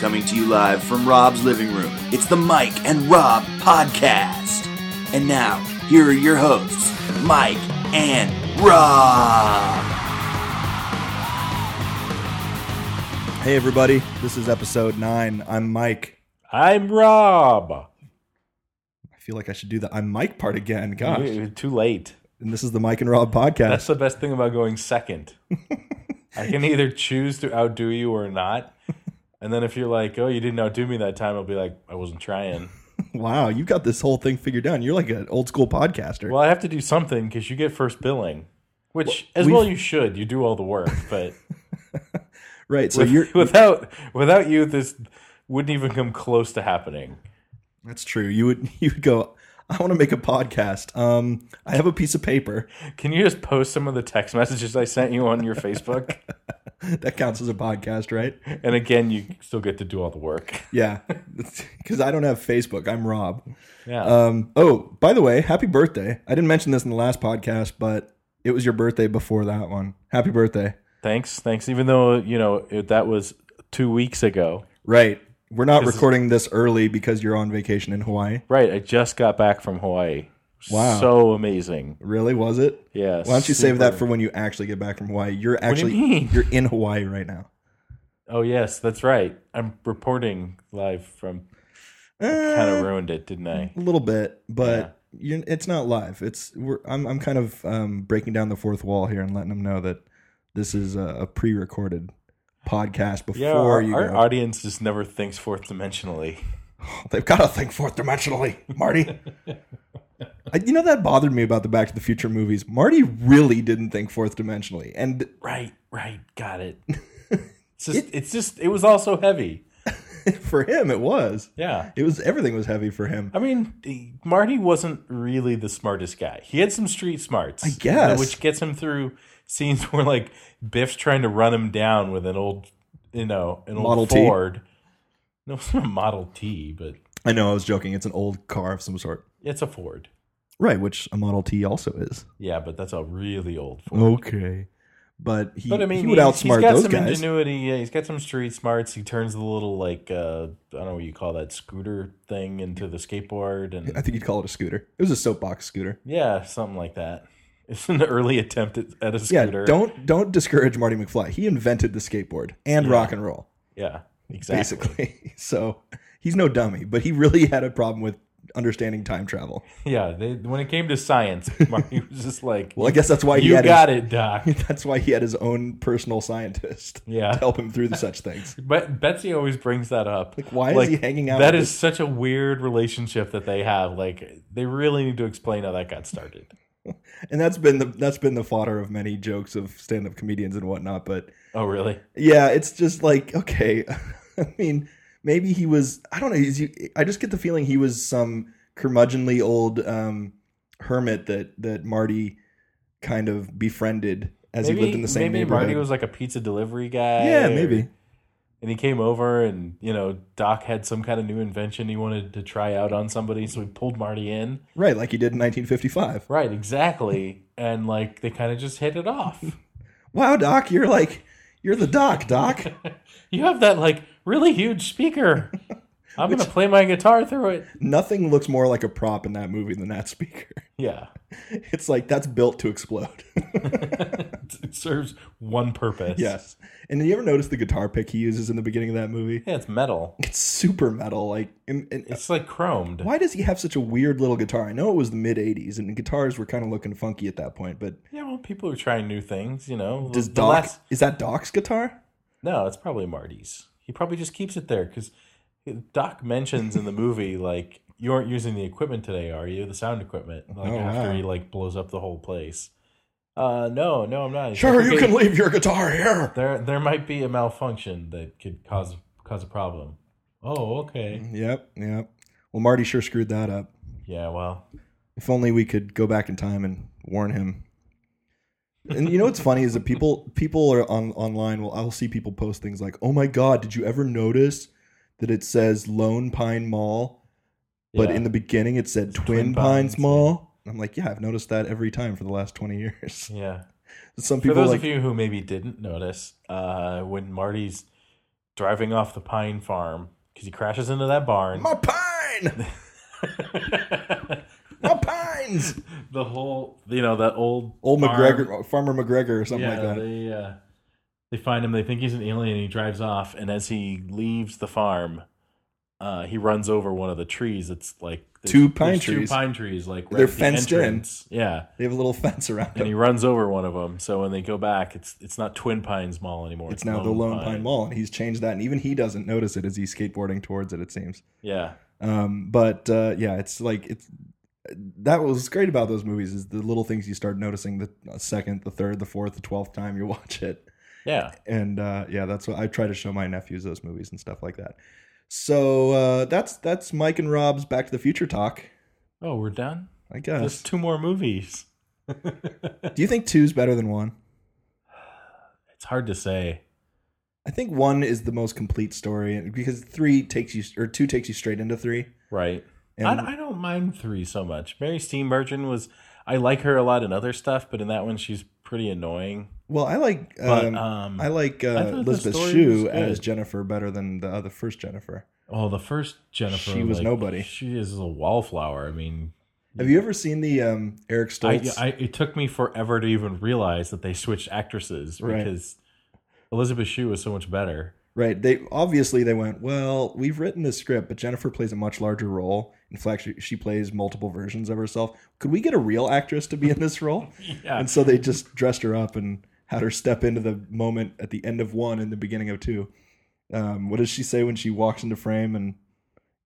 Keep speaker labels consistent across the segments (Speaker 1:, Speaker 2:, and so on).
Speaker 1: coming to you live from Rob's living room. It's the Mike and Rob podcast. And now, here are your hosts, Mike and Rob.
Speaker 2: Hey, everybody. This is episode nine. I'm Mike.
Speaker 3: I'm Rob.
Speaker 2: I feel like I should do the I'm Mike part again. Gosh.
Speaker 3: You're Too late.
Speaker 2: And this is the Mike and Rob podcast.
Speaker 3: That's the best thing about going second. I can either choose to outdo you or not. And then if you're like, oh, you didn't outdo me that time, I'll be like, I wasn't trying.
Speaker 2: Wow. You got this whole thing figured out. You're like an old school podcaster.
Speaker 3: Well, I have to do something because you get first billing, which, as
Speaker 2: we've-
Speaker 3: well, you should. You do all the work, but
Speaker 2: right. So you're.
Speaker 3: without without you, this wouldn't even come close to happening.
Speaker 2: That's true. You would, you would go, I want to make a podcast. Um, I have a piece of paper.
Speaker 3: Can you just post some of the text messages I sent you on your Facebook?
Speaker 2: That counts as a podcast, right?
Speaker 3: and again, you still get to do all the work.
Speaker 2: Yeah. Because I don't have Facebook. I'm Rob.
Speaker 3: Yeah.
Speaker 2: Um, oh, by the way, happy birthday. I didn't mention this in the last podcast, but it was your birthday before that one. Happy birthday.
Speaker 3: Thanks, thanks. Even though you know it, that was two weeks ago,
Speaker 2: Right. We're not
Speaker 3: This is-
Speaker 2: recording this early because you're on vacation in Hawaii.
Speaker 3: right? I just got back from Hawaii.
Speaker 2: Wow.
Speaker 3: so amazing.
Speaker 2: Really? Was it?
Speaker 3: Yeah.
Speaker 2: Why don't you save
Speaker 3: super-
Speaker 2: that for when you actually get back from Hawaii? You're
Speaker 3: do you
Speaker 2: actually
Speaker 3: mean?
Speaker 2: you're in Hawaii right now.
Speaker 3: Oh yes, that's right. I'm reporting live from. Kind
Speaker 2: Eh,
Speaker 3: of ruined it, didn't I?
Speaker 2: a little bit, but you're, it's not live. It's we're, I'm I'm kind of um, breaking down the fourth wall here and letting them know that this is a, a pre-recorded podcast before
Speaker 3: Yeah, our,
Speaker 2: you
Speaker 3: our
Speaker 2: go.
Speaker 3: audience just never thinks fourth dimensionally.
Speaker 2: They've got to think fourth dimensionally, Marty. I, you know that bothered me about the Back to the Future movies. Marty really didn't think fourth dimensionally, and
Speaker 3: Right, right, got it. It's just, it's just, it was also heavy.
Speaker 2: for him it was.
Speaker 3: Yeah,
Speaker 2: It was everything was heavy for him.
Speaker 3: I mean, Marty wasn't really the smartest guy. He had some street smarts, I
Speaker 2: guess.
Speaker 3: which gets him through scenes where like Biff's trying to run him down with an old, you know, an old
Speaker 2: Model T.
Speaker 3: Ford. No, it's not a Model T, but
Speaker 2: I know I was joking. It's an old car of some sort,
Speaker 3: it's a Ford.
Speaker 2: right? Which a Model T also is.
Speaker 3: Yeah, but that's a really old Ford.
Speaker 2: Okay, but he,
Speaker 3: But I mean,
Speaker 2: he would
Speaker 3: he-
Speaker 2: outsmart
Speaker 3: he's got
Speaker 2: those
Speaker 3: some
Speaker 2: guys.
Speaker 3: ingenuity. Yeah, he's got some street smarts. He turns the little like uh, I don't know what you call that scooter thing into the skateboard,
Speaker 2: I
Speaker 3: and
Speaker 2: think you'd call it a scooter. It was a soapbox scooter.
Speaker 3: yeah, something like that. It's an early attempt at, at a scooter.
Speaker 2: Yeah, don't don't discourage Marty McFly. He invented the skateboard and
Speaker 3: Yeah.
Speaker 2: rock and roll,
Speaker 3: Yeah, exactly.
Speaker 2: basically. So he's no dummy, but he really had a problem with understanding time travel.
Speaker 3: Yeah, they, when it came to science, Marty was just like,
Speaker 2: Well, I guess that's why he
Speaker 3: "You
Speaker 2: had
Speaker 3: got it, Doc."
Speaker 2: his, that's why he had his own personal scientist to
Speaker 3: Yeah,
Speaker 2: help him through the such things.
Speaker 3: but Betsy always brings that up.
Speaker 2: Like, why
Speaker 3: Like,
Speaker 2: is he hanging out?
Speaker 3: That
Speaker 2: with
Speaker 3: is such a weird relationship that they have. Like, they really need to explain how that got started.
Speaker 2: and that's been the that's been the fodder of many jokes of stand-up comedians and whatnot but
Speaker 3: Oh, really?
Speaker 2: yeah it's just like okay i mean maybe he was i don't know he's, i just get the feeling he was some curmudgeonly old um, hermit that that marty kind of befriended as he lived in the same
Speaker 3: maybe
Speaker 2: neighborhood
Speaker 3: Marty was like a pizza delivery guy.
Speaker 2: yeah
Speaker 3: or-
Speaker 2: maybe
Speaker 3: And he came over, and you know, Doc had some kind of new invention he wanted to try out on somebody, so he pulled Marty in.
Speaker 2: right like he did in 1955
Speaker 3: Right, exactly. and like, they kind of just hit it off.
Speaker 2: wow doc you're like you're the doc doc
Speaker 3: You have that like really huge speaker. I'm gonna play my guitar through it.
Speaker 2: nothing looks more like a prop in that movie than that speaker
Speaker 3: Yeah,
Speaker 2: it's like that's built to explode
Speaker 3: it serves one purpose.
Speaker 2: Yes. And did you ever notice the guitar pick he uses in the beginning of that movie?
Speaker 3: yeah, it's metal.
Speaker 2: It's super metal. Like, and, and-
Speaker 3: It's like chromed.
Speaker 2: why does he have such a weird little guitar? I know it was the mid '80s, and guitars were kind of looking funky at that point. But
Speaker 3: Yeah, well, people are trying new things. You know,
Speaker 2: does
Speaker 3: The
Speaker 2: Doc
Speaker 3: last-
Speaker 2: is that Doc's guitar?
Speaker 3: No, it's probably Marty's. He probably just keeps it there because Doc mentions in the movie like you aren't using the equipment today, are you? The sound equipment. Like
Speaker 2: Oh,
Speaker 3: after
Speaker 2: wow.
Speaker 3: he like blows up the whole place. Uh, no, no, I'm not. He's
Speaker 2: Sure,
Speaker 3: like,
Speaker 2: you
Speaker 3: "Okay,
Speaker 2: can leave your guitar here.
Speaker 3: There, there might be a malfunction that could cause cause a problem. Oh, okay.
Speaker 2: Yep, yep. Well, Marty sure screwed that up.
Speaker 3: Yeah, well,
Speaker 2: If only we could go back in time and warn him. And you know what's funny is that people people are on online. Well, I'll see people post things like, "Oh my God, did you ever notice that it says Lone Pine Mall?" But
Speaker 3: yeah.
Speaker 2: in the beginning, it said
Speaker 3: It's
Speaker 2: Twin,
Speaker 3: Twin
Speaker 2: Pines,
Speaker 3: Pines,
Speaker 2: Mall. And I'm like, yeah, I've noticed that every time for the last 20 years.
Speaker 3: yeah.
Speaker 2: Some
Speaker 3: For
Speaker 2: people are
Speaker 3: those
Speaker 2: like,
Speaker 3: of you who maybe didn't notice, uh, when Marty's driving off the pine farm because he crashes into that barn.
Speaker 2: My pine, my pines.
Speaker 3: the whole, you know, that old
Speaker 2: Old
Speaker 3: farm-
Speaker 2: McGregor, Farmer McGregor, or something
Speaker 3: Yeah,
Speaker 2: like that.
Speaker 3: they uh, they find him. They think he's an alien. and He drives off, and as he leaves the farm, uh, he runs over one of the trees. It's like there's-
Speaker 2: Two pine
Speaker 3: there's
Speaker 2: trees.
Speaker 3: Two pine trees, like right
Speaker 2: They're
Speaker 3: at the
Speaker 2: fenced in.
Speaker 3: entrance. Yeah,
Speaker 2: They have a little fence around
Speaker 3: and he
Speaker 2: them.
Speaker 3: runs over one of them. So when they go back, it's it's not Twin Pines Mall anymore.
Speaker 2: It's now the Lone Pine Mall, and he's changed that, and even he doesn't notice it as he's skateboarding towards it. It seems.
Speaker 3: Yeah,
Speaker 2: Um, but uh, yeah, it's like it's that was great about those movies is the little things you start noticing the uh, second, the third, the fourth, the twelfth time you watch it.
Speaker 3: yeah.
Speaker 2: and uh, yeah, that's what I try to show my nephews those movies and stuff like that. So uh, that's that's Mike and Rob's Back to the Future talk,
Speaker 3: Oh, we're done.
Speaker 2: I
Speaker 3: There's
Speaker 2: guess.
Speaker 3: two more movies.
Speaker 2: Do you think two's better than one?
Speaker 3: It's hard to say.
Speaker 2: I think one is the most complete story and- because three takes you or two takes you straight into three.
Speaker 3: Right.
Speaker 2: And
Speaker 3: I, I don't mind three so much. Mary Steenburgen was. I like her a lot in other stuff, but in that one, she's pretty annoying.
Speaker 2: well, I like
Speaker 3: But
Speaker 2: um,
Speaker 3: um,
Speaker 2: I like
Speaker 3: I
Speaker 2: uh,
Speaker 3: thought the
Speaker 2: Elizabeth
Speaker 3: story was
Speaker 2: Shue
Speaker 3: good.
Speaker 2: as Jennifer better than the other first Jennifer.
Speaker 3: oh, the first Jennifer,
Speaker 2: She was
Speaker 3: like,
Speaker 2: nobody.
Speaker 3: She is a wallflower. I mean,
Speaker 2: Have you ever seen the um, Eric
Speaker 3: I,
Speaker 2: Stoltz?
Speaker 3: I it took me forever to even realize that they switched actresses
Speaker 2: Right.
Speaker 3: because Elizabeth Shue was so much better.
Speaker 2: Right. They obviously they went, well, we've written this script, but Jennifer plays a much larger role. In fact, she, she plays multiple versions of herself. Could we get a real actress to be in this role?
Speaker 3: Yeah,
Speaker 2: and so they just dressed her up and had her step into the moment at the end of one and the beginning of two. Um, what does she say when she walks into frame and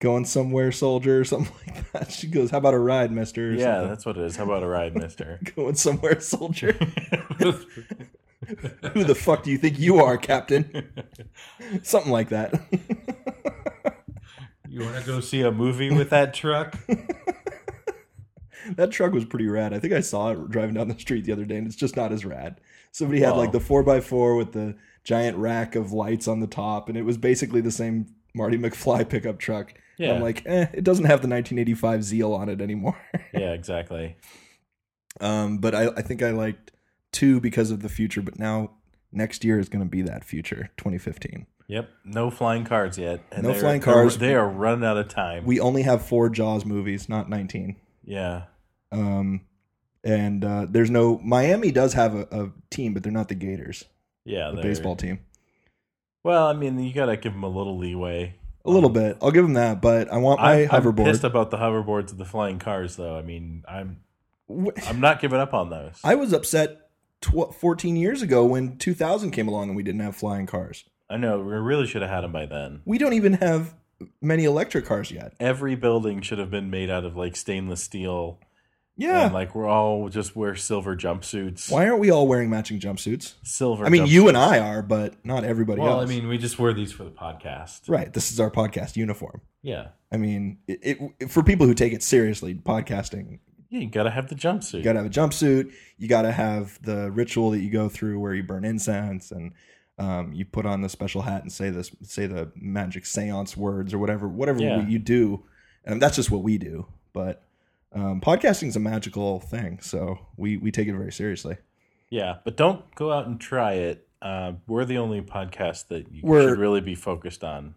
Speaker 2: going somewhere, soldier, or something like that? She goes, How about a ride, mister? Or
Speaker 3: yeah,
Speaker 2: something.
Speaker 3: that's what it is. How about a ride, Mister?
Speaker 2: going somewhere, soldier. Who the fuck do you think you are, Captain? something like that.
Speaker 3: you want to go see a movie with that truck?
Speaker 2: That truck was pretty rad. I think I saw it driving down the street the other day, and it's just not as rad. Somebody had
Speaker 3: Wow.
Speaker 2: like the four x four with the giant rack of lights on the top, and it was basically the same Marty McFly pickup truck. And
Speaker 3: Yeah,
Speaker 2: I'm like, eh, it doesn't have the 1985 zeal on it anymore.
Speaker 3: yeah, exactly.
Speaker 2: um, but I, I think I liked two because of the future. But now next year is going to be that future, 2015.
Speaker 3: Yep, no flying cars yet. And
Speaker 2: No
Speaker 3: they're-
Speaker 2: flying
Speaker 3: they're-
Speaker 2: cars.
Speaker 3: They are running out of time.
Speaker 2: We only have four Jaws movies, not 19.
Speaker 3: yeah,
Speaker 2: Um, and uh, there's no Miami does have a, a team, but they're not the Gators,
Speaker 3: yeah.
Speaker 2: the
Speaker 3: they're-
Speaker 2: baseball team.
Speaker 3: Well, I mean, you gotta give them a little leeway.
Speaker 2: A little bit. I'll give him that, but I want my
Speaker 3: Um, I'm, I'm pissed
Speaker 2: hoverboard.
Speaker 3: about the hoverboards of the flying cars, though. I mean, I'm
Speaker 2: Wh-
Speaker 3: I'm not giving up on those.
Speaker 2: I was upset tw- 14 years ago when 2000 came along and we didn't have flying cars.
Speaker 3: I know we really should have had them by then.
Speaker 2: We don't even have many electric cars yet.
Speaker 3: Every building should have been made out of like stainless steel, and
Speaker 2: Yeah.
Speaker 3: like we're all just wear silver jumpsuits.
Speaker 2: Why aren't we all wearing matching jumpsuits?
Speaker 3: Silver.
Speaker 2: I mean,
Speaker 3: jumpsuits.
Speaker 2: you and I are, but not everybody
Speaker 3: Well, I
Speaker 2: else.
Speaker 3: mean, we just wear these for the podcast.
Speaker 2: right. This is our podcast uniform.
Speaker 3: Yeah.
Speaker 2: I mean, it, it, for people who take it seriously, podcasting
Speaker 3: Yeah, you gotta have the jumpsuit.
Speaker 2: You got to have a jumpsuit. You got to have the ritual that you go through where you burn incense and um, you put on the special hat and say this, say the magic seance words or whatever, whatever
Speaker 3: Yeah.
Speaker 2: you do. And that's just what we do. But um, podcasting is a magical thing, so we we take it very seriously.
Speaker 3: yeah, but don't go out and try it. Uh, we're the only podcast that you
Speaker 2: We're-
Speaker 3: should really be focused on.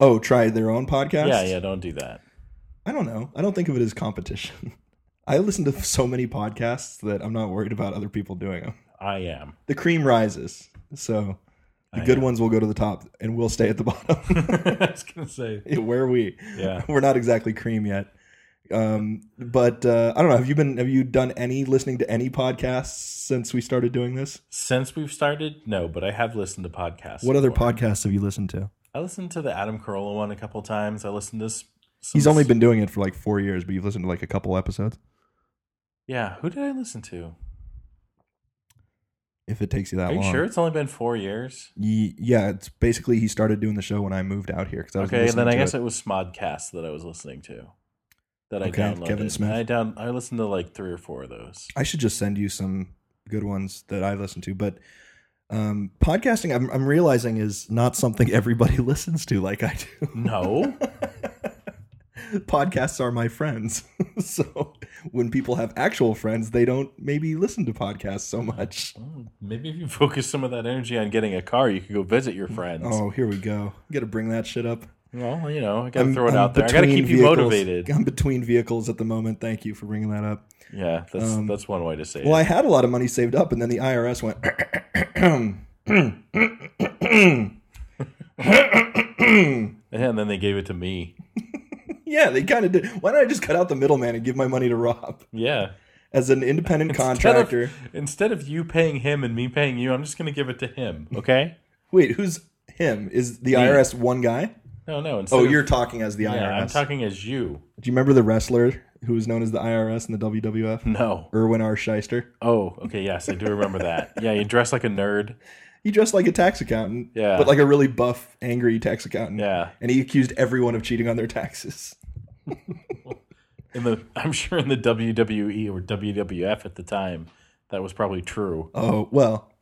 Speaker 2: Oh, try their own podcast.
Speaker 3: Yeah, yeah. Don't do that.
Speaker 2: I don't know. I don't think of it as competition. I listen to so many podcasts that I'm not worried about other people doing them.
Speaker 3: I am.
Speaker 2: The cream rises, so the
Speaker 3: I
Speaker 2: good
Speaker 3: am.
Speaker 2: ones will go to the top, and we'll stay at the bottom.
Speaker 3: I was gonna say.
Speaker 2: Yeah, where we
Speaker 3: Yeah.
Speaker 2: we're not exactly cream yet um but uh i don't know have you been have you done any listening to any podcasts since we started doing this
Speaker 3: Since we've started, no, but I have listened to podcasts.
Speaker 2: what other
Speaker 3: before.
Speaker 2: podcasts have you listened to
Speaker 3: I listened to the Adam Carolla one a couple times. I listened to. s- Some
Speaker 2: he's only been doing it for like four years but you've listened to like a couple episodes
Speaker 3: Yeah, who did I listen to?
Speaker 2: if it takes you that
Speaker 3: Are you
Speaker 2: long
Speaker 3: sure it's only been four years?
Speaker 2: Ye- yeah it's basically he started doing the show when i moved out here because i was
Speaker 3: Okay,
Speaker 2: listening
Speaker 3: then I
Speaker 2: to
Speaker 3: guess
Speaker 2: it.
Speaker 3: it. was Smodcast that I was listening to. That I
Speaker 2: Okay,
Speaker 3: downloaded.
Speaker 2: Kevin Smith.
Speaker 3: I down. I listened to like three or four of those.
Speaker 2: I should just send you some good ones that I listen to. But um, podcasting, I'm, I'm realizing, is not something everybody listens to like I do.
Speaker 3: No.
Speaker 2: Podcasts are my friends. so when people have actual friends, they don't maybe listen to podcasts so much.
Speaker 3: Mm, Maybe if you focus some of that energy on getting a car, you could go visit your friends.
Speaker 2: Oh, here we go. Got to bring that shit up.
Speaker 3: Well, you know, I gotta
Speaker 2: I'm-
Speaker 3: throw it
Speaker 2: I'm
Speaker 3: out there. I gotta
Speaker 2: between
Speaker 3: keep you
Speaker 2: vehicles-
Speaker 3: motivated.
Speaker 2: I'm between vehicles at the moment. Thank you for bringing that up.
Speaker 3: Yeah, that's
Speaker 2: Um,
Speaker 3: that's one way to say
Speaker 2: Well, I
Speaker 3: it.
Speaker 2: had a lot of money saved up, and then the IRS went.
Speaker 3: Yeah, and then they gave it to me.
Speaker 2: yeah, they kind of did. Why don't I just cut out the middleman and give my money to Rob
Speaker 3: Yeah.
Speaker 2: as an independent contractor?
Speaker 3: Instead of, instead of you paying him and me paying you, I'm just gonna give it to him. Okay?
Speaker 2: Wait, who's him? Is the IRS one guy?
Speaker 3: No, no. Instead
Speaker 2: Oh,
Speaker 3: of-
Speaker 2: you're talking as the IRS.
Speaker 3: Yeah, I'm talking as you.
Speaker 2: Do you remember the wrestler who was known as the IRS in the WWF?
Speaker 3: No.
Speaker 2: Erwin R. Scheister.
Speaker 3: Oh, okay. Yes, I do remember that. Yeah, you dress like a nerd.
Speaker 2: He dressed like a tax accountant,
Speaker 3: Yeah.
Speaker 2: but like a really buff, angry tax accountant.
Speaker 3: Yeah.
Speaker 2: And he accused everyone of cheating on their taxes.
Speaker 3: In the, I'm sure in the WWE or WWF at the time, that was probably true.
Speaker 2: Oh, well,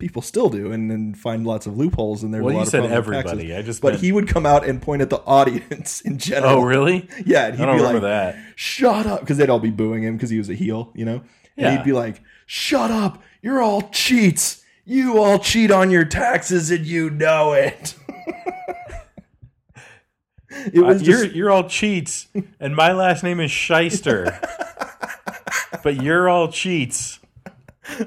Speaker 2: people still do and then find lots of loopholes in their
Speaker 3: Well,
Speaker 2: lot
Speaker 3: you
Speaker 2: of
Speaker 3: said
Speaker 2: problem with
Speaker 3: everybody.
Speaker 2: taxes.
Speaker 3: I just
Speaker 2: But
Speaker 3: meant-
Speaker 2: he would come out and point at the audience in general.
Speaker 3: Oh, really?
Speaker 2: Yeah, and
Speaker 3: I
Speaker 2: he'd
Speaker 3: don't
Speaker 2: be
Speaker 3: remember
Speaker 2: like,
Speaker 3: that.
Speaker 2: shut up because they'd all be booing him because he was a heel you know and
Speaker 3: Yeah.
Speaker 2: he'd be like shut up you're all cheats you all cheat on your taxes and you know it it
Speaker 3: Uh,
Speaker 2: was
Speaker 3: you're
Speaker 2: just
Speaker 3: you're all cheats, and my last name is Shyster. but you're all cheats.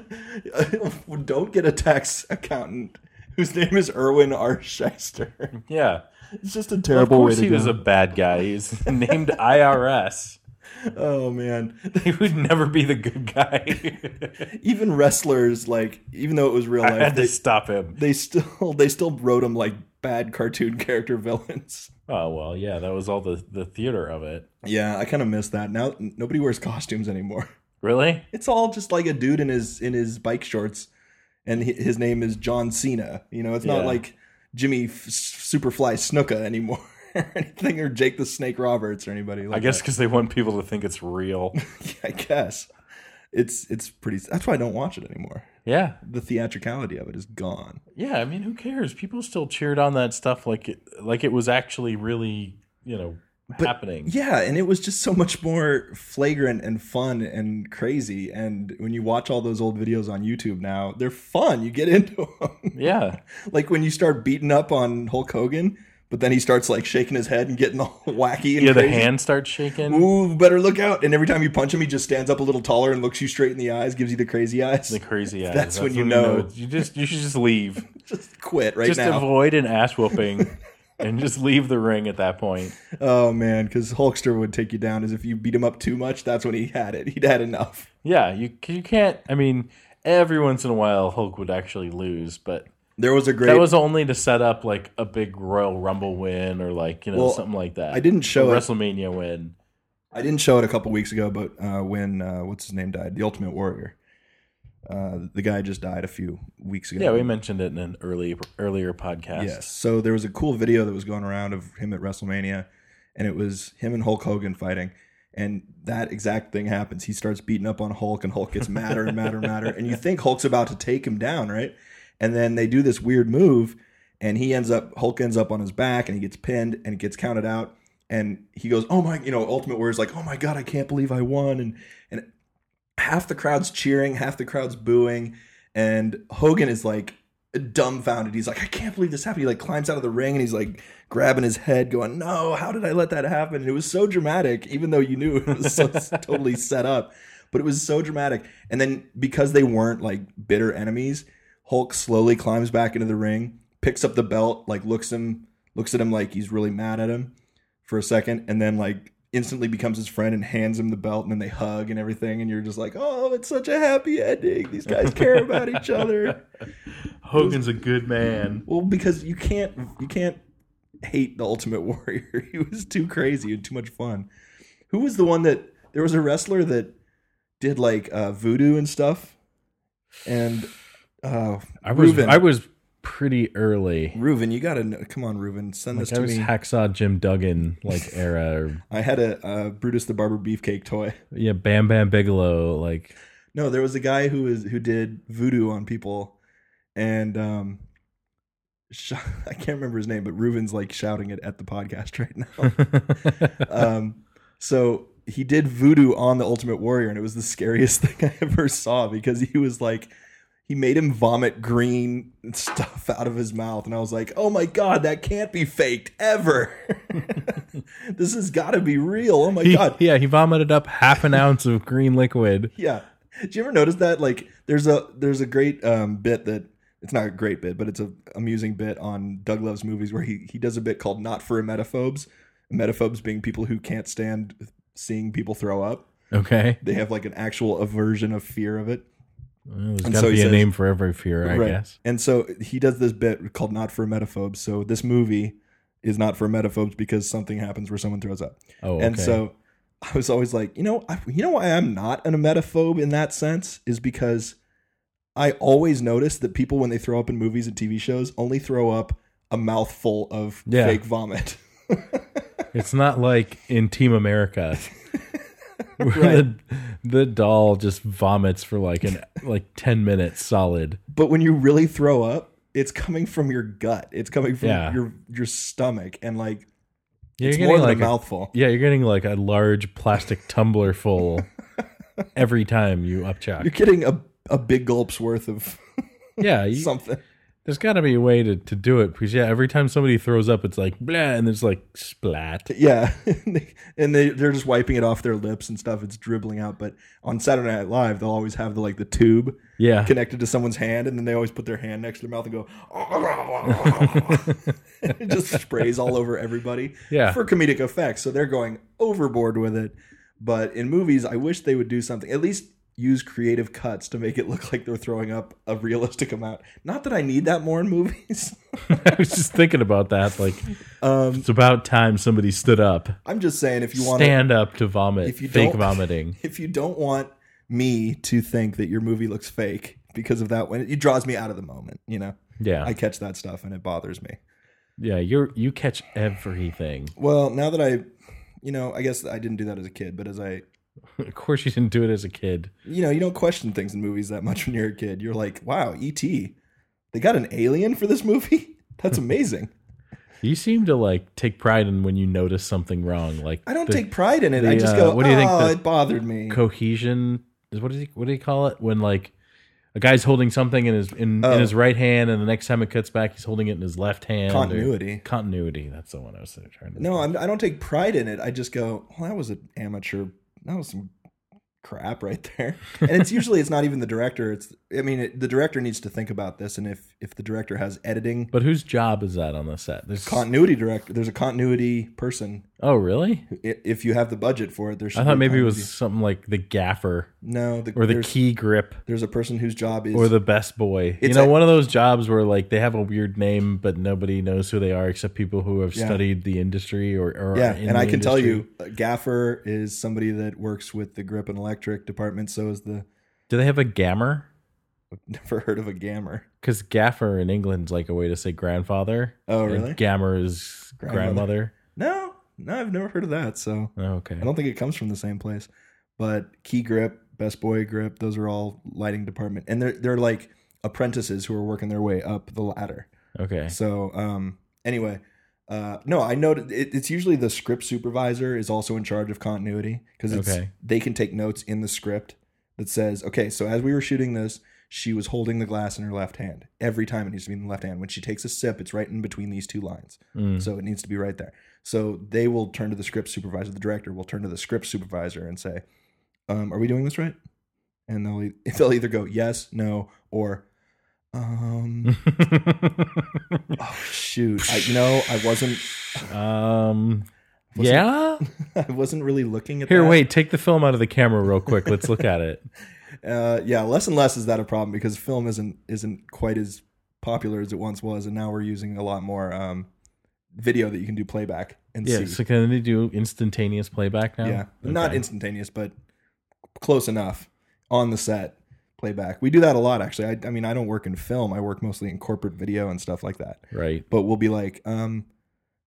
Speaker 2: don't get a tax accountant whose name is erwin r Scheister.
Speaker 3: Yeah.
Speaker 2: it's just a
Speaker 3: Of
Speaker 2: terrible way
Speaker 3: course
Speaker 2: to
Speaker 3: he was a
Speaker 2: go
Speaker 3: bad guy. He's named IRS.
Speaker 2: oh man
Speaker 3: He would never be the good guy.
Speaker 2: even wrestlers like even though it was real
Speaker 3: I had
Speaker 2: life
Speaker 3: to
Speaker 2: they,
Speaker 3: stop him.
Speaker 2: they still they still wrote him like bad cartoon character villains
Speaker 3: Oh well, yeah, that was all the, the theater of it.
Speaker 2: Yeah, I kind of miss that. Now n- nobody wears costumes anymore.
Speaker 3: Really?
Speaker 2: It's all just like a dude in his in his bike shorts, and hi- his name is John Cena. You know, it's not
Speaker 3: Yeah.
Speaker 2: like Jimmy F- Superfly Snuka anymore, or anything, or Jake the Snake Roberts, or anybody. Like
Speaker 3: I guess because they want people to think it's real.
Speaker 2: that. I guess it's it's pretty. That's why I don't watch it anymore.
Speaker 3: yeah,
Speaker 2: The theatricality of it is gone.
Speaker 3: yeah. I mean, who cares? People still cheered on that stuff like it, like it was actually really, you know,
Speaker 2: But-
Speaker 3: happening.
Speaker 2: Yeah, and it was just so much more flagrant and fun and crazy. And when you watch all those old videos on YouTube now, they're fun. You get into them.
Speaker 3: Yeah,
Speaker 2: like when you start beating up on Hulk Hogan, but then he starts like shaking his head and getting all wacky and
Speaker 3: yeah. The
Speaker 2: crazy.
Speaker 3: hand starts shaking.
Speaker 2: Ooh, better look out! And every time you punch him, he just stands up a little taller and looks you straight in the eyes, gives you the crazy eyes.
Speaker 3: The crazy eyes.
Speaker 2: That's when you know.
Speaker 3: You just you should just leave.
Speaker 2: just quit right
Speaker 3: just
Speaker 2: now.
Speaker 3: avoid an ass whooping, and just leave the ring at that point.
Speaker 2: oh man, because Hulkster would take you down. Is if you beat him up too much, that's when he had it. He'd had enough.
Speaker 3: Yeah, you you can't. I mean, every once in a while, Hulk would actually lose, but
Speaker 2: There was a great.
Speaker 3: That was only to set up like a big Royal Rumble win or like you know
Speaker 2: Well,
Speaker 3: something like that.
Speaker 2: I didn't
Speaker 3: A
Speaker 2: show it.
Speaker 3: WrestleMania win.
Speaker 2: I didn't show it a couple weeks ago, but uh, when uh, what's his name died, the Ultimate Warrior, uh, the guy just died a few weeks ago.
Speaker 3: Yeah. we mentioned it in an early earlier podcast.
Speaker 2: yes. So there was a cool video that was going around of him at WrestleMania, and it was him and Hulk Hogan fighting, and that exact thing happens. He starts beating up on Hulk, and Hulk gets madder and madder and madder, and you think Hulk's about to take him down, right? And then they do this weird move, and he ends up Hulk ends up on his back, and he gets pinned, and it gets counted out. And he goes, "Oh my!" You know, Ultimate Warrior's like, "Oh my god, I can't believe I won!" And and half the crowd's cheering, half the crowd's booing, and Hogan is like dumbfounded. He's like, I can't believe this happened. He like climbs out of the ring and he's like grabbing his head, going, No, how did I let that happen? And it was so dramatic, even though you knew it was so totally set up. But it was so dramatic. And then because they weren't like bitter enemies, Hulk slowly climbs back into the ring, picks up the belt, like looks him looks at him like he's really mad at him for a second, and then like instantly becomes his friend and hands him the belt and then they hug and everything and you're just like oh it's such a happy ending these guys care about each other
Speaker 3: Hogan's a good man.
Speaker 2: well, because you can't you can't hate the Ultimate Warrior. He was too crazy and too much fun. Who was the one that there was a wrestler that did like uh, voodoo and stuff, and uh,
Speaker 3: I was
Speaker 2: Reuben.
Speaker 3: I was pretty early.
Speaker 2: Reuben, you gotta know. come on, Reuben, send this
Speaker 3: Like, I
Speaker 2: to
Speaker 3: was
Speaker 2: me.
Speaker 3: hacksaw Jim Duggan like era. Or,
Speaker 2: I had a uh, Brutus the Barber beefcake toy.
Speaker 3: yeah, Bam Bam Bigelow. Like
Speaker 2: No, there was a guy who was who did voodoo on people, and um, sh- I can't remember his name, but Reuben's like shouting it at the podcast right now.
Speaker 3: Oh,
Speaker 2: um, so he did voodoo on the Ultimate Warrior, and it was the scariest thing I ever saw because he was like, he made him vomit green stuff out of his mouth and i was like oh my god that can't be faked ever this has got to be real oh my
Speaker 3: He-
Speaker 2: god
Speaker 3: yeah, he vomited up half an ounce of green liquid.
Speaker 2: yeah do you ever notice that like there's a there's a great um bit that it's not a great bit but it's a amusing bit on doug loves movies where he he does a bit called not for emetophobes emetophobes being people who can't stand seeing people throw up
Speaker 3: Okay,
Speaker 2: they have like an actual aversion of fear of it
Speaker 3: well, there's
Speaker 2: And
Speaker 3: got to
Speaker 2: so he
Speaker 3: be a
Speaker 2: says-
Speaker 3: name for every fear, I
Speaker 2: Right.
Speaker 3: guess.
Speaker 2: And so he does this bit called Not for Emetophobes. So this movie is not for emetophobes because something happens where someone throws up.
Speaker 3: Oh, okay.
Speaker 2: And so I was always like, you know, I, you know why I'm not an emetophobe in that sense is because I always notice that people when they throw up in movies and TV shows only throw up a mouthful of
Speaker 3: Yeah.
Speaker 2: fake vomit.
Speaker 3: It's not like in Team America. where the, the doll just vomits for like an like 10 minutes solid.
Speaker 2: but when you really throw up, it's coming from your gut. It's coming from
Speaker 3: Yeah.
Speaker 2: your your stomach and like
Speaker 3: Yeah,
Speaker 2: it's
Speaker 3: you're
Speaker 2: more
Speaker 3: getting
Speaker 2: than
Speaker 3: like
Speaker 2: a
Speaker 3: a-
Speaker 2: mouthful.
Speaker 3: yeah, you're getting like a large plastic tumbler full every time you
Speaker 2: You're
Speaker 3: upchuck.
Speaker 2: getting a a big gulp's worth of
Speaker 3: Yeah, you,
Speaker 2: something.
Speaker 3: there's got to be a way to, to do it because yeah, every time somebody throws up, it's like blah, and it's like splat.
Speaker 2: Yeah, and, they, and they they're just wiping it off their lips and stuff. It's dribbling out. But on Saturday Night Live, they'll always have the like the tube
Speaker 3: Yeah,
Speaker 2: connected to someone's hand, and then they always put their hand next to their mouth and go. it just sprays all over everybody
Speaker 3: yeah,
Speaker 2: for comedic effects. So they're going overboard with it. But in movies, I wish they would do something. At least use creative cuts to make it look like they're throwing up a realistic amount. Not that I need that more in movies.
Speaker 3: I was just thinking about that. Like,
Speaker 2: um,
Speaker 3: it's about time somebody stood up,
Speaker 2: I'm just saying if you want to,
Speaker 3: stand up to vomit,
Speaker 2: If you
Speaker 3: fake
Speaker 2: don't-
Speaker 3: vomiting.
Speaker 2: if you don't want me to think that your movie looks fake because of that when it draws me out of the moment, you know.
Speaker 3: Yeah,
Speaker 2: I catch that stuff and it bothers me.
Speaker 3: yeah, you're you catch everything.
Speaker 2: Well, now that I you know, I guess I didn't do that as a kid, but as I
Speaker 3: Of course, you didn't do it as a kid.
Speaker 2: you know, you don't question things in movies that much when you're a kid. You're like, "Wow, ET. They got an alien for this movie? That's amazing."
Speaker 3: You seem to like take pride in when you notice something wrong. Like
Speaker 2: I don't
Speaker 3: the
Speaker 2: take pride in it. I
Speaker 3: the,
Speaker 2: just
Speaker 3: uh,
Speaker 2: go,
Speaker 3: what do you think
Speaker 2: "Oh,
Speaker 3: the-
Speaker 2: it bothered me."
Speaker 3: cohesion. Is what is he? What do you call it when like a guy's holding something in his in,
Speaker 2: Oh.
Speaker 3: in his right hand, and the next time it cuts back, he's holding it in his left hand. or-
Speaker 2: Continuity.
Speaker 3: Continuity. That's the one I was trying to.
Speaker 2: No, I'm, I don't take pride in it. I just go, well, that was an amateur. That was some crap right there. And it's usually it's not even the director. It's I mean it, the director needs to think about this. And if if the director has editing
Speaker 3: But whose job is that on the set? There's
Speaker 2: continuity director, there's a continuity person.
Speaker 3: Oh, really?
Speaker 2: I- If you have the budget for it, there's.
Speaker 3: I thought maybe it was something like the gaffer
Speaker 2: no the,
Speaker 3: or the
Speaker 2: there's,
Speaker 3: key grip
Speaker 2: there's a person whose job is
Speaker 3: or the best boy. You
Speaker 2: It's
Speaker 3: know,
Speaker 2: a-
Speaker 3: one of those jobs where like they have a weird name, but nobody knows who they are except people who have
Speaker 2: Yeah.
Speaker 3: studied the industry or, or
Speaker 2: yeah,
Speaker 3: are in
Speaker 2: and I
Speaker 3: the
Speaker 2: can tell
Speaker 3: industry.
Speaker 2: you, a gaffer is somebody that works with the grip and electric department. So is the
Speaker 3: Do they have a gammer?
Speaker 2: never heard of a gammer.
Speaker 3: Because gaffer in England's like a way to say grandfather.
Speaker 2: Oh
Speaker 3: and
Speaker 2: really?
Speaker 3: Gammer is grandmother.
Speaker 2: Grandmother. no, no, I've never heard of that. So
Speaker 3: Oh, okay.
Speaker 2: I don't think it comes from the same place. But Key Grip, Best Boy Grip, those are all lighting department, and they're they're like apprentices who are working their way up the ladder.
Speaker 3: Okay.
Speaker 2: So um, anyway, uh, no, I noted it, it's usually the script supervisor is also in charge of continuity because
Speaker 3: Okay.
Speaker 2: they can take notes in the script that says, okay, so as we were shooting this, she was holding the glass in her left hand every time. It needs to be in the left hand. When she takes a sip, it's right in between these two lines.
Speaker 3: Mm.
Speaker 2: So it needs to be right there. So they will turn to the script supervisor. The director will turn to the script supervisor and say, um, "Are we doing this right?" And they'll e- they'll either go yes, no, or um,
Speaker 3: Mm.
Speaker 2: oh shoot, I, you know, I wasn't
Speaker 3: um.
Speaker 2: Was it-
Speaker 3: yeah.
Speaker 2: I wasn't really looking at
Speaker 3: Here,
Speaker 2: that.
Speaker 3: wait. Take the film out of the camera real quick. Let's look at it.
Speaker 2: Uh, yeah, less and less is that a problem because film isn't isn't quite as popular as it once was, and now we're using a lot more um, video that you can do playback and
Speaker 3: Yeah.
Speaker 2: see.
Speaker 3: So can they do instantaneous playback now?
Speaker 2: Yeah, not
Speaker 3: Okay.
Speaker 2: instantaneous, but close enough on the set playback. We do that a lot, actually. I, I mean, I don't work in film; I work mostly in corporate video and stuff like that.
Speaker 3: right.
Speaker 2: But we'll be like, um,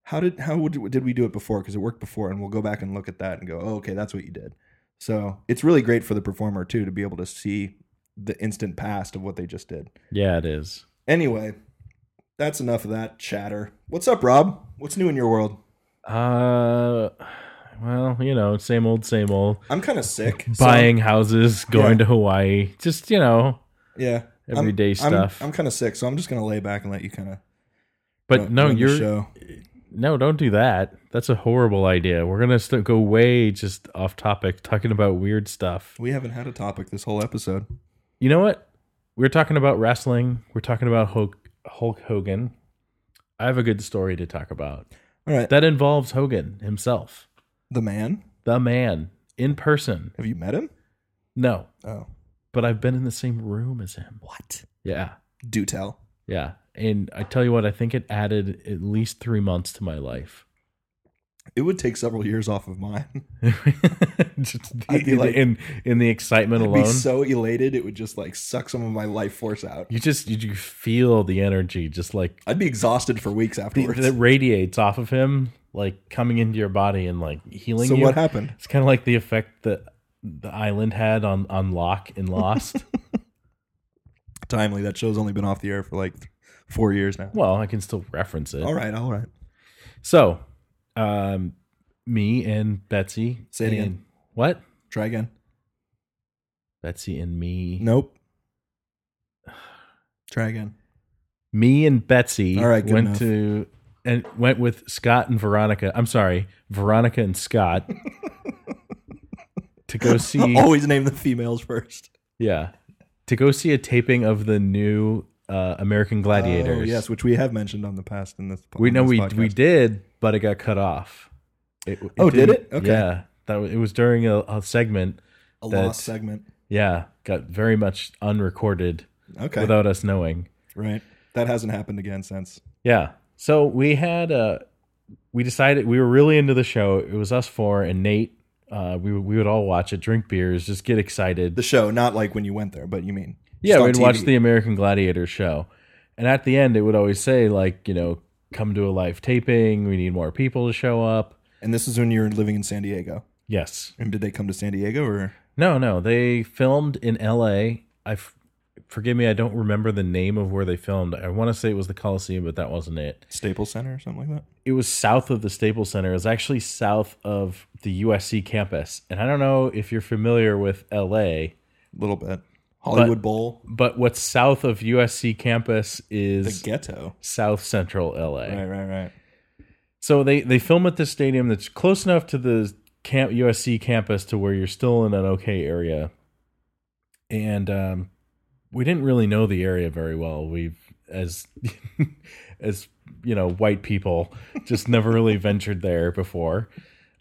Speaker 2: "How did how would, did we do it before? Because it worked before." And we'll go back and look at that and go, "Oh, okay, that's what you did." So it's really great for the performer too to be able to see the instant past of what they just did.
Speaker 3: Yeah, it is.
Speaker 2: Anyway, that's enough of that chatter. What's up, Rob? What's new in your world?
Speaker 3: Uh, well, you know, same old, same old.
Speaker 2: I'm kind of sick. so-
Speaker 3: Buying houses, going
Speaker 2: Yeah.
Speaker 3: to Hawaii, just you know,
Speaker 2: yeah.
Speaker 3: everyday
Speaker 2: I'm,
Speaker 3: stuff.
Speaker 2: I'm kind of sick, so I'm just gonna lay back and let you kind of.
Speaker 3: but no,
Speaker 2: The
Speaker 3: you're
Speaker 2: show.
Speaker 3: no, don't do that. That's a horrible idea. We're gonna st- go way just off topic, talking about weird stuff.
Speaker 2: We haven't had a topic this whole episode.
Speaker 3: You know what? We're talking about wrestling. We're talking about Hulk, Hulk Hogan. I have a good story to talk about
Speaker 2: All right,
Speaker 3: that involves Hogan himself,
Speaker 2: the man.
Speaker 3: the man in person.
Speaker 2: Have you met him?
Speaker 3: No,
Speaker 2: Oh,
Speaker 3: but I've been in the same room as him.
Speaker 2: what?
Speaker 3: Yeah,
Speaker 2: Do tell.
Speaker 3: yeah. And I tell you what, I think it added at least three months to my life.
Speaker 2: It would take several years off of mine.
Speaker 3: Just the-
Speaker 2: I'd be like-
Speaker 3: in in the excitement
Speaker 2: I'd
Speaker 3: alone,
Speaker 2: be so elated, it would just like suck some of my life force out.
Speaker 3: you just you, you feel the energy, just like
Speaker 2: I'd be exhausted for weeks
Speaker 3: the-
Speaker 2: afterwards.
Speaker 3: that radiates off of him, like coming into your body and like healing.
Speaker 2: so
Speaker 3: you.
Speaker 2: what happened?
Speaker 3: It's kind of like the effect that the island had on on Locke in Lost.
Speaker 2: Timely. That show's only been off the air for like th- four years now.
Speaker 3: well, I can still reference it.
Speaker 2: All right, all right.
Speaker 3: So, um, me and Betsy.
Speaker 2: Say it again.
Speaker 3: and- What?
Speaker 2: Try again.
Speaker 3: Betsy and me.
Speaker 2: Nope. Try again.
Speaker 3: Me and Betsy
Speaker 2: All right, good
Speaker 3: went
Speaker 2: enough.
Speaker 3: to and went with Scott and Veronica. I'm sorry, Veronica and Scott to go see.
Speaker 2: Always name Oh, the females first.
Speaker 3: Yeah, to go see a taping of the new uh, American Gladiators.
Speaker 2: Oh, yes, which we have mentioned on the past in this.
Speaker 3: we
Speaker 2: on
Speaker 3: know
Speaker 2: this
Speaker 3: we we
Speaker 2: podcast.
Speaker 3: did, but it got cut off. It, it
Speaker 2: Oh, did
Speaker 3: didn't-
Speaker 2: it? Okay.
Speaker 3: Yeah, that was, it was during a, a segment.
Speaker 2: a
Speaker 3: that-
Speaker 2: lost segment.
Speaker 3: Yeah, got very much unrecorded
Speaker 2: Okay,
Speaker 3: without us knowing.
Speaker 2: right. That hasn't happened again since.
Speaker 3: Yeah. So we had uh we decided we were really into the show. It was us four and Nate. Uh, we would- we would all watch it, drink beers, just get excited.
Speaker 2: The show, not like when you went there, but you mean
Speaker 3: yeah,
Speaker 2: just on
Speaker 3: we'd
Speaker 2: TV.
Speaker 3: watch the American Gladiator show, and at the end, it would always say like you know come to a live taping. We need more people to show up.
Speaker 2: And this is when you were living in San Diego.
Speaker 3: Yes.
Speaker 2: And did they come to San Diego or
Speaker 3: No, no. They filmed in L.A. I f- forgive me, I don't remember the name of where they filmed. I want to say it was the Coliseum, but that wasn't it.
Speaker 2: Staples Center or something like that?
Speaker 3: it was south of the Staples Center. It was actually south of the USC campus. And I don't know if you're familiar with LA,
Speaker 2: A little bit. Hollywood Bowl,
Speaker 3: but what's south of USC campus
Speaker 2: the
Speaker 3: is
Speaker 2: ghetto.
Speaker 3: South Central LA.
Speaker 2: Right, right, right.
Speaker 3: So they they film at this stadium that's close enough to the camp USC campus to where you're still in an okay area. And um, we didn't really know the area very well. We as as you know, white people just never really ventured there before.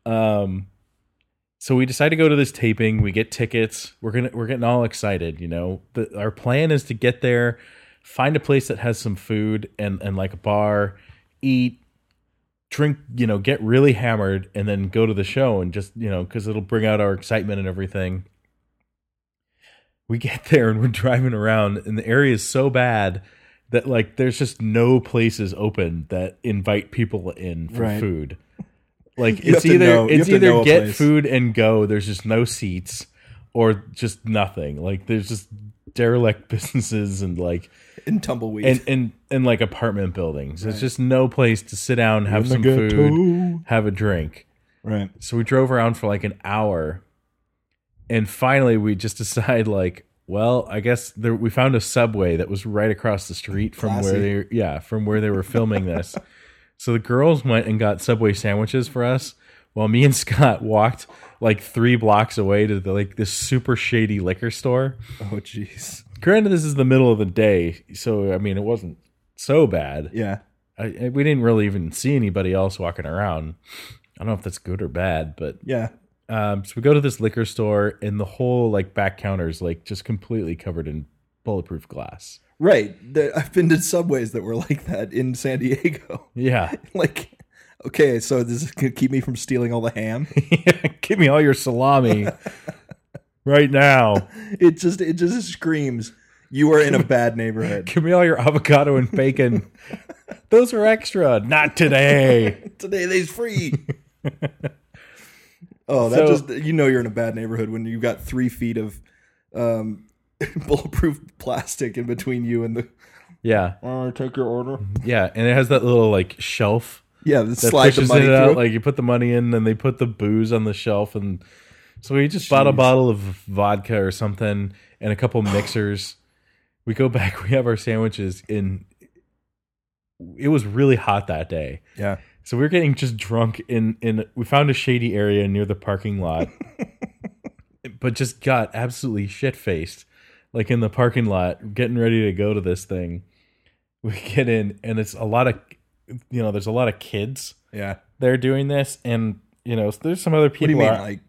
Speaker 3: Um, so we decide to go to this taping. We get tickets. We're gonna we're getting all excited. You know, the, our plan is to get there, find a place that has some food and and like a bar, eat, drink, you know, get really hammered and then go to the show and just, you know, because it'll bring out our excitement and everything. We get there and we're driving around, and the area is so bad that, like, there's just no places open that invite people in for
Speaker 2: Right.
Speaker 3: food. Like,
Speaker 2: You have
Speaker 3: it's
Speaker 2: to
Speaker 3: either,
Speaker 2: know- you
Speaker 3: it's
Speaker 2: have to know
Speaker 3: either
Speaker 2: a
Speaker 3: get
Speaker 2: place.
Speaker 3: food and go, there's just no seats, or just nothing. Like, there's just derelict businesses and, like,
Speaker 2: In tumbleweed.
Speaker 3: and and and like apartment buildings. There's just no place to sit down, have
Speaker 2: In the
Speaker 3: some
Speaker 2: ghetto.
Speaker 3: food, have a drink.
Speaker 2: right.
Speaker 3: So we drove around for like an hour, and finally we just decide like, well, I guess there, we found a subway that was right across the street from where
Speaker 2: Classy.
Speaker 3: they yeah from where they were filming this. so the girls went and got subway sandwiches for us. While me and Scott walked like three blocks away to the, like this super shady liquor store
Speaker 2: Oh jeez.
Speaker 3: granted this is the middle of the day so i mean it wasn't so bad
Speaker 2: Yeah.
Speaker 3: I, I- we didn't really even see anybody else walking around i don't know if that's good or bad but
Speaker 2: Yeah.
Speaker 3: um so we go to this liquor store and the whole like back counter is like just completely covered in bulletproof glass
Speaker 2: Right. There, I've been to subways that were like that in San Diego.
Speaker 3: yeah
Speaker 2: like okay, so this is gonna keep me from stealing all the ham.
Speaker 3: give me all your salami right now
Speaker 2: It just it just screams you are in a bad neighborhood.
Speaker 3: give me all your avocado and bacon those are extra not today
Speaker 2: Today they's free. oh,
Speaker 3: So-
Speaker 2: that just you know you're in a bad neighborhood when you've got three feet of um, bulletproof plastic in between you and the.
Speaker 3: yeah
Speaker 2: Uh, take your order.
Speaker 3: yeah and it has that little like shelf
Speaker 2: Yeah, the
Speaker 3: that
Speaker 2: slide the
Speaker 3: pushes
Speaker 2: money
Speaker 3: it out.
Speaker 2: through.
Speaker 3: Like you put the money in, and they put the booze on the shelf, and so we just bought a
Speaker 2: Jeez.
Speaker 3: bottle of vodka or something and a couple mixers, We go back. We have our sandwiches, and it was really hot that day.
Speaker 2: Yeah.
Speaker 3: So we were getting just drunk in in we found a shady area near the parking lot. but just got absolutely shit-faced like in the parking lot getting ready to go to this thing. We get in and it's a lot of you know, there's a lot of kids
Speaker 2: Yeah.
Speaker 3: there doing this and you know, there's some other
Speaker 2: What do
Speaker 3: people
Speaker 2: you mean?
Speaker 3: out-
Speaker 2: Like,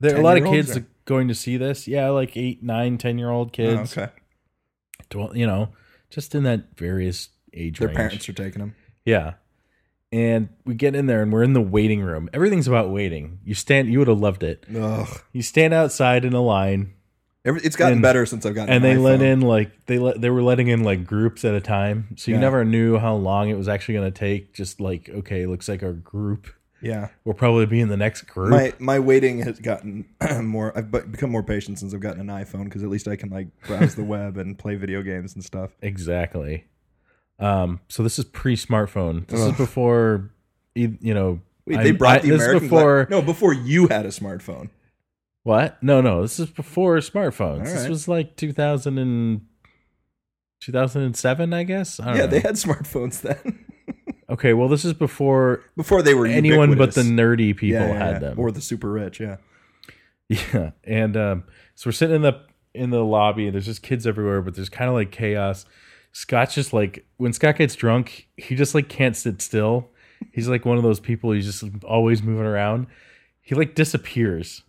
Speaker 3: there are a lot of
Speaker 2: 10-year-olds
Speaker 3: kids
Speaker 2: or-
Speaker 3: going to see this. Yeah, like 8, 9, 10-year-old
Speaker 2: oh,
Speaker 3: kids.
Speaker 2: okay.
Speaker 3: Twel- you know, just in that various age
Speaker 2: Their
Speaker 3: range.
Speaker 2: parents are taking them.
Speaker 3: Yeah. And we get in there and we're in the waiting room. Everything's about waiting. You stand you would have loved it.
Speaker 2: Ugh.
Speaker 3: You stand outside in a line
Speaker 2: Every, it's gotten
Speaker 3: And-
Speaker 2: better since I've gotten.
Speaker 3: and
Speaker 2: an
Speaker 3: they let
Speaker 2: iPhone.
Speaker 3: in like they let they were letting in like groups at a time. So you
Speaker 2: Yeah.
Speaker 3: never knew how long it was actually going to take just like okay, looks like our group
Speaker 2: Yeah.
Speaker 3: will probably be in the next group.
Speaker 2: My my waiting has gotten more. I've bu- become more patient since I've gotten an iPhone because at least I can like browse the web and play video games and stuff.
Speaker 3: Exactly. Um so this is pre-smartphone. This
Speaker 2: Ugh.
Speaker 3: is before e- you know
Speaker 2: Wait,
Speaker 3: I-
Speaker 2: they
Speaker 3: I-
Speaker 2: brought the
Speaker 3: this is
Speaker 2: American
Speaker 3: before
Speaker 2: no, before you had a smartphone.
Speaker 3: What? No, no. This is before smartphones.
Speaker 2: All
Speaker 3: This
Speaker 2: right.
Speaker 3: was like 2000 and 2007, I guess. I don't
Speaker 2: Yeah,
Speaker 3: know.
Speaker 2: they had smartphones then.
Speaker 3: okay, well, this is before
Speaker 2: before they were
Speaker 3: anyone but the
Speaker 2: ubiquitous.
Speaker 3: nerdy people
Speaker 2: Yeah, yeah,
Speaker 3: had
Speaker 2: yeah.
Speaker 3: them.
Speaker 2: or the super rich. Yeah.
Speaker 3: yeah, and um, so we're sitting in the in the lobby. There's just kids everywhere, but there's kind of like chaos. Scott's just like when Scott gets drunk, he just like can't sit still. He's like one of those people. He's just always moving around. He like disappears,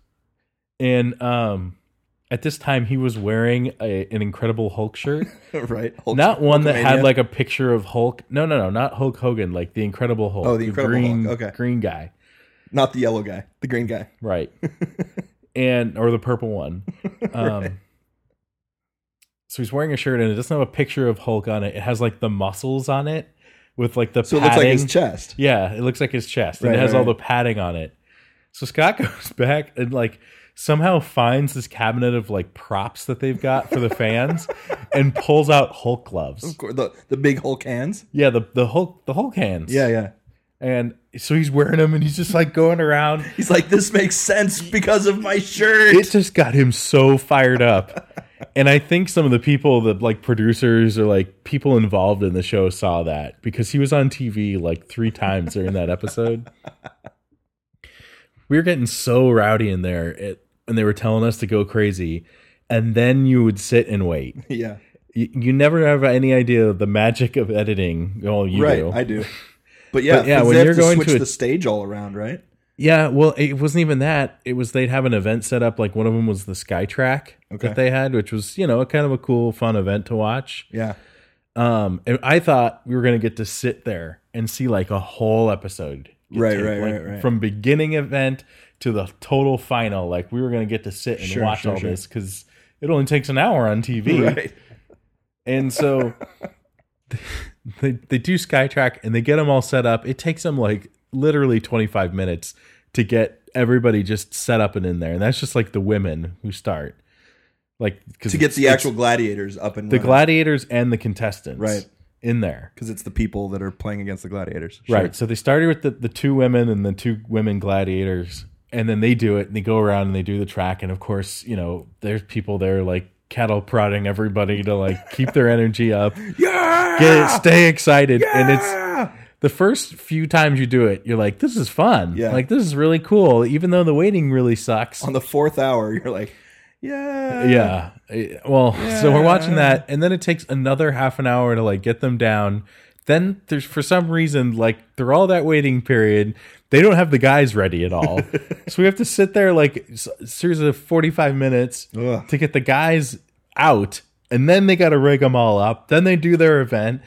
Speaker 3: and um, at this time he was wearing a, an Incredible Hulk shirt,
Speaker 2: right. Hulk-
Speaker 3: not one that
Speaker 2: Hulkamania.
Speaker 3: had like a picture of Hulk. No, no, no, not Hulk Hogan, like the Incredible Hulk.
Speaker 2: Oh, the Incredible
Speaker 3: green,
Speaker 2: Hulk, okay.
Speaker 3: green guy.
Speaker 2: not the yellow guy, the green guy.
Speaker 3: Right. and or the purple one. Um So he's wearing a shirt and it doesn't have a picture of Hulk on it. It has like the muscles on it with like the
Speaker 2: So it
Speaker 3: padding.
Speaker 2: looks like his chest.
Speaker 3: Yeah, it looks like his chest. and
Speaker 2: Right,
Speaker 3: it has
Speaker 2: right,
Speaker 3: all the
Speaker 2: right.
Speaker 3: padding on it. So Scott goes back and like somehow finds this cabinet of like props that they've got for the fans and pulls out Hulk gloves.
Speaker 2: Of course, the the big Hulk hands.
Speaker 3: Yeah, the the Hulk the Hulk hands.
Speaker 2: Yeah, yeah.
Speaker 3: And so he's wearing them and he's just like going around
Speaker 2: He's like, this makes sense because of my shirt.
Speaker 3: it just got him so fired up and i think some of the people that like producers or like people involved in the show saw that because he was on tv like three times during that episode we were getting so rowdy in there it, and they were telling us to go crazy and then you would sit and wait
Speaker 2: yeah.
Speaker 3: you, you never have any idea of the magic of editing well you
Speaker 2: right.
Speaker 3: do
Speaker 2: I do. But yeah,
Speaker 3: But yeah,
Speaker 2: 'cause
Speaker 3: when
Speaker 2: they have
Speaker 3: you're
Speaker 2: to
Speaker 3: going
Speaker 2: switch
Speaker 3: to a-
Speaker 2: the stage all around, right?
Speaker 3: Yeah, well, it wasn't even that. It was they'd have an event set up. Like one of them was the Sky Track
Speaker 2: Okay.
Speaker 3: that they had, which was you know a kind of a cool, fun event to watch.
Speaker 2: Yeah.
Speaker 3: Um, and I thought we were gonna get to sit there and see like a whole episode, get
Speaker 2: Right,
Speaker 3: taped,
Speaker 2: right,
Speaker 3: like,
Speaker 2: right, right.
Speaker 3: from beginning event to the total final. Like we were gonna get to sit and
Speaker 2: Sure,
Speaker 3: watch
Speaker 2: sure,
Speaker 3: all
Speaker 2: sure.
Speaker 3: this because it only takes an hour on TV,
Speaker 2: Right.
Speaker 3: and so they they do Skytrack and they get them all set up. It takes them like literally 25 minutes to get everybody just set up and in there. And that's just like the women who start. Like cause
Speaker 2: To get
Speaker 3: it's-
Speaker 2: the actual gladiators up and
Speaker 3: the gladiators and the contestants
Speaker 2: Right.
Speaker 3: in there.
Speaker 2: because it's the people that are playing against the gladiators.
Speaker 3: Right. So they started with the, the two women and the two women gladiators, and then they do it and they go around and they do the track. And of course, you know, there's people there like cattle prodding everybody to like keep their energy up,
Speaker 2: Yeah.
Speaker 3: get stay excited. And it's
Speaker 2: Yeah!
Speaker 3: the first few times you do it, you're like, this is fun.
Speaker 2: Yeah.
Speaker 3: Like, this is really cool. Even though the waiting really sucks.
Speaker 2: on the fourth hour, you're like, yeah,
Speaker 3: yeah. Eh, Well, so we're watching that. And then it takes another half an hour to like get them down. Then there's for some reason, like through all that waiting period, they don't have the guys ready at all. so we have to sit there like s- series of 45 minutes
Speaker 2: Ugh.
Speaker 3: to get the guys out. And then they got to rig them all up. Then they do their event.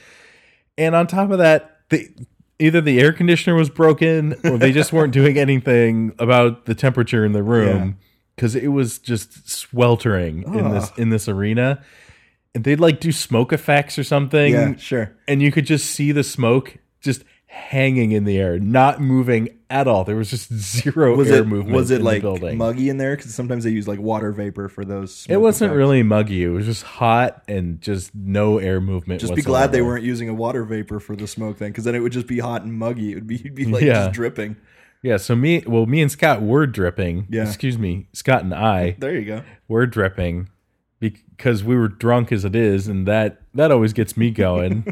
Speaker 3: And on top of that, they, either the air conditioner was broken or they just weren't doing anything about the temperature in the room because it was just sweltering in this in this arena. And they'd like do smoke effects or something,
Speaker 2: yeah, sure.
Speaker 3: and you could just see the smoke just hanging in the air, not moving at all. There was just zero
Speaker 2: Was
Speaker 3: air
Speaker 2: it
Speaker 3: movement.
Speaker 2: was
Speaker 3: in
Speaker 2: it
Speaker 3: the
Speaker 2: like
Speaker 3: building.
Speaker 2: muggy in there? Because sometimes they use like water vapor for those.
Speaker 3: It
Speaker 2: smoke
Speaker 3: wasn't
Speaker 2: effects.
Speaker 3: really muggy. It was just hot and just no air movement.
Speaker 2: Just be glad they
Speaker 3: whatsoever.
Speaker 2: weren't using a water vapor for the smoke thing, because then it would just be hot and muggy. It would be you'd be like
Speaker 3: Yeah.
Speaker 2: just dripping.
Speaker 3: Yeah, so me, well, me and Scott were dripping.
Speaker 2: Yeah.
Speaker 3: Excuse me, Scott and I
Speaker 2: There you go.
Speaker 3: were dripping, because we were drunk as it is, and that that always gets me going.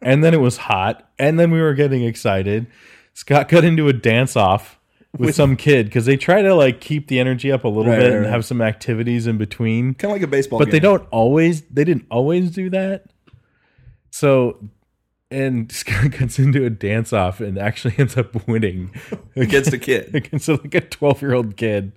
Speaker 3: and then it was hot, and then we were getting excited. Scott got into a dance off with, some kid because they try to like keep the energy up a little
Speaker 2: Right,
Speaker 3: bit
Speaker 2: right,
Speaker 3: and
Speaker 2: right.
Speaker 3: have some activities in between
Speaker 2: Kind of like a baseball
Speaker 3: but they
Speaker 2: game.
Speaker 3: don't always they didn't always do that so and scott gets into a dance off and actually ends up winning
Speaker 2: against a kid.
Speaker 3: against like a 12 year old kid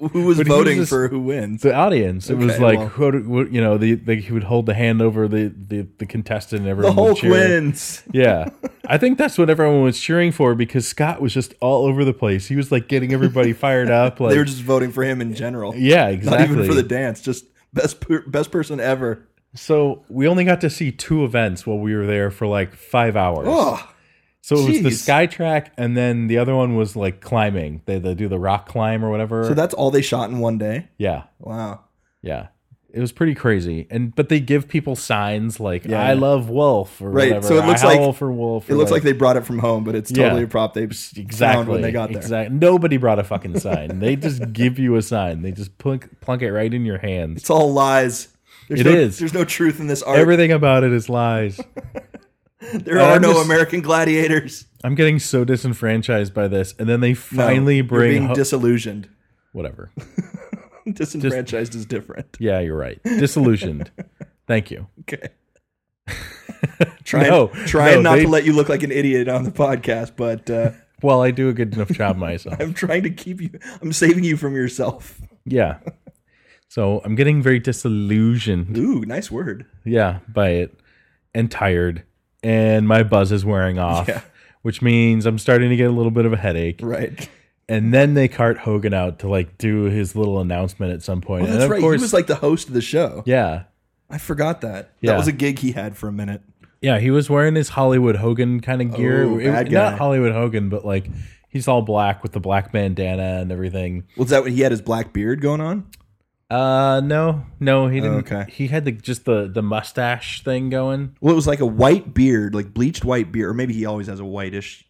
Speaker 2: Who was
Speaker 3: But he was
Speaker 2: voting
Speaker 3: just-
Speaker 2: for who wins?
Speaker 3: the audience it was
Speaker 2: Okay,
Speaker 3: like
Speaker 2: well.
Speaker 3: who, who- you know the, the he would hold the hand over the the, the contestant and
Speaker 2: The
Speaker 3: everyone would
Speaker 2: Hulk
Speaker 3: cheer.
Speaker 2: wins.
Speaker 3: yeah i think that's what everyone was cheering for because scott was just all over the place he was like getting everybody fired up like
Speaker 2: they were just voting for him in general.
Speaker 3: yeah exactly
Speaker 2: Not even for the dance. Just best per- best person ever.
Speaker 3: so we only got to see two events while we were there for like five hours
Speaker 2: Oh,
Speaker 3: So it was the
Speaker 2: Jeez.
Speaker 3: sky track, and then the other one was like climbing. They, they do the rock climb or whatever.
Speaker 2: so that's all they shot in one day.
Speaker 3: yeah,
Speaker 2: Wow.
Speaker 3: yeah, it was pretty crazy. And but they give people signs like
Speaker 2: Yeah,
Speaker 3: "I
Speaker 2: yeah.
Speaker 3: love wolf" or
Speaker 2: Right,
Speaker 3: whatever.
Speaker 2: so it looks
Speaker 3: I
Speaker 2: like-
Speaker 3: howl for wolf.
Speaker 2: It
Speaker 3: or,
Speaker 2: looks like they brought it from home, but it's
Speaker 3: Yeah.
Speaker 2: totally a prop they
Speaker 3: exactly
Speaker 2: found when they got there.
Speaker 3: Exactly. Nobody brought a fucking sign. they just give you a sign. They just plunk plunk it right in your hands.
Speaker 2: It's all lies. There's
Speaker 3: It
Speaker 2: no,
Speaker 3: is.
Speaker 2: There's no truth in this art.
Speaker 3: Everything about it is lies.
Speaker 2: there are
Speaker 3: I'm
Speaker 2: no
Speaker 3: just-
Speaker 2: American gladiators.
Speaker 3: I'm getting so disenfranchised by this, and then they
Speaker 2: No,
Speaker 3: finally
Speaker 2: you're
Speaker 3: bring
Speaker 2: being
Speaker 3: ho-
Speaker 2: disillusioned.
Speaker 3: whatever.
Speaker 2: Disenfranchised is different.
Speaker 3: Yeah, you're right. Disillusioned. Thank you.
Speaker 2: Okay. trying
Speaker 3: No,
Speaker 2: trying
Speaker 3: no,
Speaker 2: not
Speaker 3: they-
Speaker 2: to let you look like an idiot on the podcast, but uh,
Speaker 3: Well, I do a good enough job myself.
Speaker 2: I'm trying to keep you. I'm saving you from yourself.
Speaker 3: yeah. So I'm getting very disillusioned.
Speaker 2: Ooh, nice word.
Speaker 3: Yeah, by it and tired. And my buzz is wearing off,
Speaker 2: Yeah.
Speaker 3: which means I'm starting to get a little bit of a headache.
Speaker 2: Right.
Speaker 3: And then they cart Hogan out to like do his little announcement at some point.
Speaker 2: Oh,
Speaker 3: and
Speaker 2: that's
Speaker 3: of
Speaker 2: right.
Speaker 3: course,
Speaker 2: he was like the host of the show.
Speaker 3: yeah.
Speaker 2: I forgot that.
Speaker 3: Yeah.
Speaker 2: That was a gig he had for a minute.
Speaker 3: Yeah, he was wearing his Hollywood Hogan kind of gear.
Speaker 2: Oh,
Speaker 3: It-
Speaker 2: bad guy.
Speaker 3: Not Hollywood Hogan, but like he's all black with the black bandana and everything.
Speaker 2: Was that when he had his black beard going on?
Speaker 3: Uh no, no, he didn't.
Speaker 2: Okay.
Speaker 3: He had the just the the mustache thing going.
Speaker 2: Well, it was like a white beard, like bleached white beard, or maybe he always has a whitish